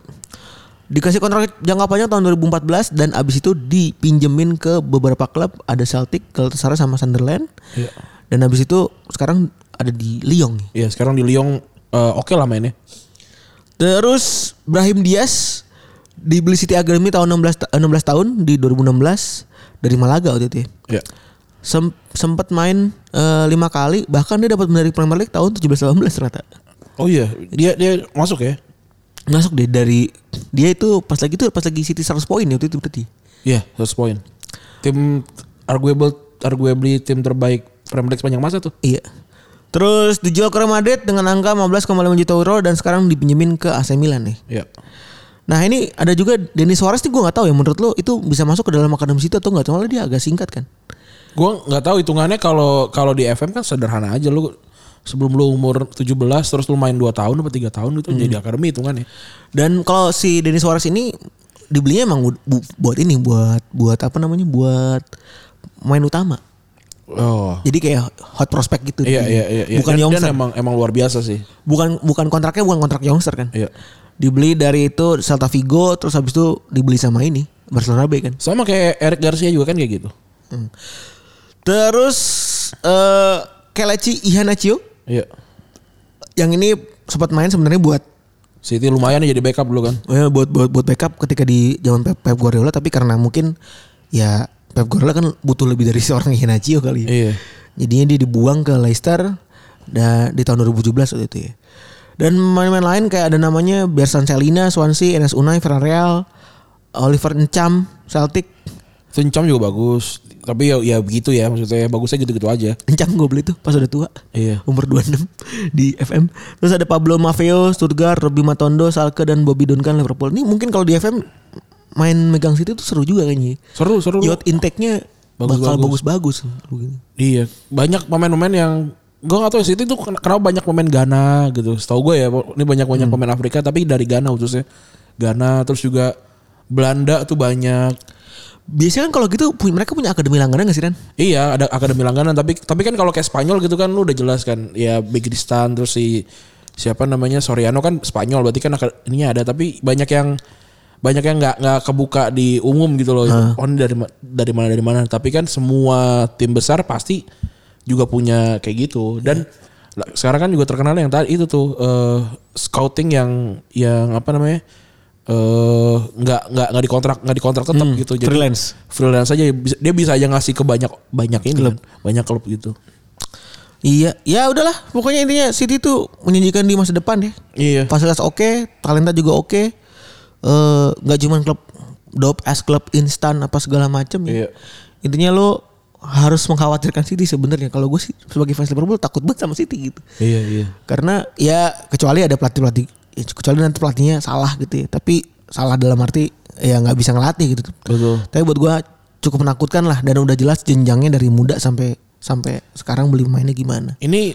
Speaker 3: Dikasih kontrak jangka panjang tahun 2014 dan abis itu dipinjemin ke beberapa klub ada Celtic, Galatasaray sama Sunderland.
Speaker 2: Iya.
Speaker 3: Dan abis itu sekarang ada di Lyon.
Speaker 2: Iya sekarang di Lyon eh, oke lah mainnya.
Speaker 3: Terus Brahim Diaz dibeli City Academy tahun 16 ta- 16 tahun di 2016 dari Malaga waktu itu. ya.
Speaker 2: Iya.
Speaker 3: Sem- sempat main eh, lima kali bahkan dia dapat dari Premier League tahun 17-18 ternyata
Speaker 2: Oh iya, dia dia masuk ya.
Speaker 3: masuk deh dari dia itu pas lagi tuh pas lagi City 100 poin ya waktu itu berarti
Speaker 2: Iya, 100 poin. Tim arguable arguably tim terbaik Premier League sepanjang masa tuh.
Speaker 3: iya terus dijual ke Real Madrid dengan angka 15,5 juta euro dan sekarang dipinjemin ke AC Milan nih
Speaker 2: Iya.
Speaker 3: nah ini ada juga Denis Suarez nih gue nggak tahu ya menurut lo itu bisa masuk ke dalam akademi City atau nggak cuma dia agak singkat kan
Speaker 2: Gua nggak tahu hitungannya kalau kalau di FM kan sederhana aja lu sebelum lu umur 17 terus lu main 2 tahun atau 3 tahun itu jadi akademi hitungannya.
Speaker 3: Dan kalau si Denis Suarez ini dibelinya emang bu- bu- buat ini buat buat apa namanya buat main utama.
Speaker 2: Oh.
Speaker 3: Jadi kayak hot prospect gitu.
Speaker 2: Iya
Speaker 3: dibelinya.
Speaker 2: iya iya. iya.
Speaker 3: Bukan
Speaker 2: Dan- dan
Speaker 3: youngster.
Speaker 2: emang emang luar biasa sih.
Speaker 3: bukan bukan kontraknya bukan kontrak youngster kan.
Speaker 2: Iya.
Speaker 3: Dibeli dari itu Celta Vigo terus habis itu dibeli sama ini Barcelona B kan.
Speaker 2: Sama kayak Eric Garcia juga kan kayak gitu.
Speaker 3: Terus eh Kelechi Iheanacho
Speaker 2: Iya.
Speaker 3: yang ini sempat main sebenarnya buat
Speaker 2: City lumayan ya jadi
Speaker 3: Oh
Speaker 2: backup dulu kan.
Speaker 3: eh, buat buat buat backup ketika di zaman Pep, Pep Guardiola tapi karena mungkin ya Pep Guardiola kan butuh lebih dari <laughs> seorang Iheanacho kali. ya.
Speaker 2: Iya.
Speaker 3: Jadinya dia dibuang ke Leicester da- di tahun 2017 waktu itu ya. Dan pemain-pemain lain kayak ada namanya Bersan Selina, Swansea, Enes Unai, Villarreal, Oliver Encham, Celtic. <laughs>
Speaker 2: Itu Encam juga bagus. Tapi ya ya begitu ya maksudnya bagusnya gitu-gitu aja.
Speaker 3: Encham gue beli tuh pas udah tua.
Speaker 2: Iya.
Speaker 3: Umur 26 <laughs> di FM. Terus ada Pablo Maffeo, Stuttgart, Robbie Matondo, Salke dan Bobby Duncan Liverpool. Ini mungkin kalau di FM main megang situ tuh seru juga kayaknya.
Speaker 2: Seru seru.
Speaker 3: Yacht intake-nya
Speaker 2: Bagus-bagus.
Speaker 3: bakal bagus-bagus. Lu gini.
Speaker 2: Iya, banyak pemain-pemain yang gue gak tau sih itu ya, ken- kenapa banyak pemain Ghana gitu. Setahu gue ya, ini banyak-banyak pemain Afrika tapi dari Ghana khususnya. Ghana terus juga Belanda tuh banyak.
Speaker 3: Biasanya kan kalau gitu pu- mereka punya akademi langganan gak sih Ren?
Speaker 2: Iya, ada akademi langganan tapi tapi kan kalau kayak Spanyol gitu kan lu udah jelas kan. Ya Begiristan terus si siapa namanya Soriano kan Spanyol berarti kan akad- ininya ada tapi banyak yang banyak yang nggak nggak kebuka di umum gitu loh. Oh, ini dari ma- dari mana dari mana. Tapi kan semua tim besar pasti juga punya kayak gitu dan la- sekarang kan juga terkenal yang tadi itu tuh eh, scouting yang yang apa namanya eh nggak nggak nggak dikontrak nggak dikontrak tetap gitu jadi
Speaker 3: freelance.
Speaker 2: freelance aja bisa- dia bisa aja ngasih ke banyak banyak ini kan, banyak klub gitu
Speaker 3: Iya, ya udahlah. Pokoknya intinya City tuh menjanjikan di masa depan ya.
Speaker 2: iya
Speaker 3: Fasilitas oke, talenta juga oke. Eh nggak cuman klub dope as klub instan apa segala macem ya.
Speaker 2: Iya.
Speaker 3: Intinya lo harus mengkhawatirkan City sebenarnya. Kalau gue sih sebagai fans Liverpool takut banget sama City gitu.
Speaker 2: iya iya
Speaker 3: Karena ya kecuali ada pelatih pelatih, kecuali nanti pelatihnya salah gitu ya. Tapi salah dalam arti ya nggak bisa ngelatih gitu.
Speaker 2: betul
Speaker 3: Tapi buat gua cukup menakutkan lah dan udah jelas jenjangnya dari muda sampai sampai sekarang beli mainnya gimana.
Speaker 2: ini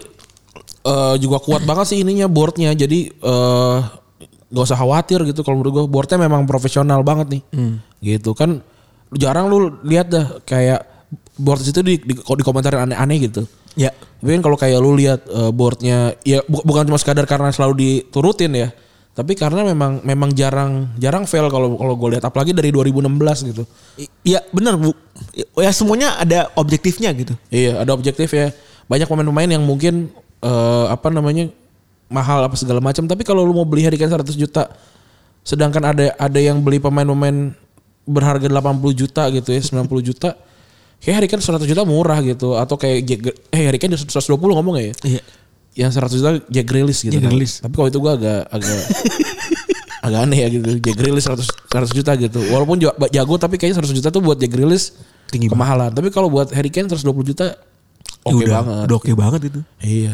Speaker 2: eh, juga kuat banget sih ininya boardnya jadi eh, nggak usah khawatir gitu kalau menurut gue boardnya memang profesional banget nih gitu kan jarang lu lihat dah kayak board itu di di, di komentar aneh-aneh gitu
Speaker 3: Ya.
Speaker 2: Tapi kan kalau kayak lu lihat eh, boardnya ya bu- bukan cuma sekadar karena selalu diturutin ya, tapi karena memang memang jarang jarang fail kalau kalau gue lihat apalagi dari 2016 gitu.
Speaker 3: Iya benar bu. Ya semuanya ada objektifnya gitu.
Speaker 2: Iya, ada objektif ya. Banyak pemain-pemain yang mungkin eh, apa namanya mahal apa segala macam, tapi kalau lu mau beli Harry Kane 100 juta sedangkan ada ada yang beli pemain-pemain berharga 80 juta gitu ya, 90 juta. Kayak Harry Kane 100 juta murah gitu atau kayak Jack- eh Harry Kane 120 ngomong nggak ya?
Speaker 3: Iya.
Speaker 2: yang 100 juta Jack Grealish gitu.
Speaker 3: Jack
Speaker 2: kan.
Speaker 3: Grealish.
Speaker 2: Tapi kalau itu gua agak agak <laughs> agak aneh ya gitu. Jack Grealish 100 100 juta gitu. Walaupun jo- jago tapi kayaknya 100 juta tuh buat Jack Grealish
Speaker 3: Tinggi banget. Ya
Speaker 2: kemahalan. Tapi kalau buat Harry Kane 120 juta oke
Speaker 3: Udah,
Speaker 2: banget.
Speaker 3: Udah oke banget itu.
Speaker 2: Iya.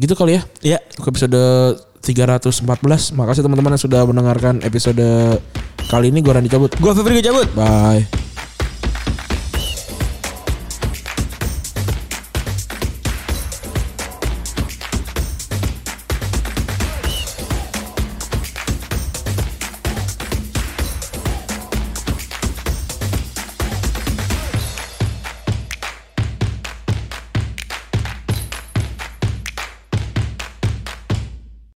Speaker 2: Gitu kali ya.
Speaker 3: Iya.
Speaker 2: Untuk episode 314. Makasih teman-teman yang sudah mendengarkan episode kali ini gua Randy cabut.
Speaker 3: Gua Febri cabut.
Speaker 2: Bye.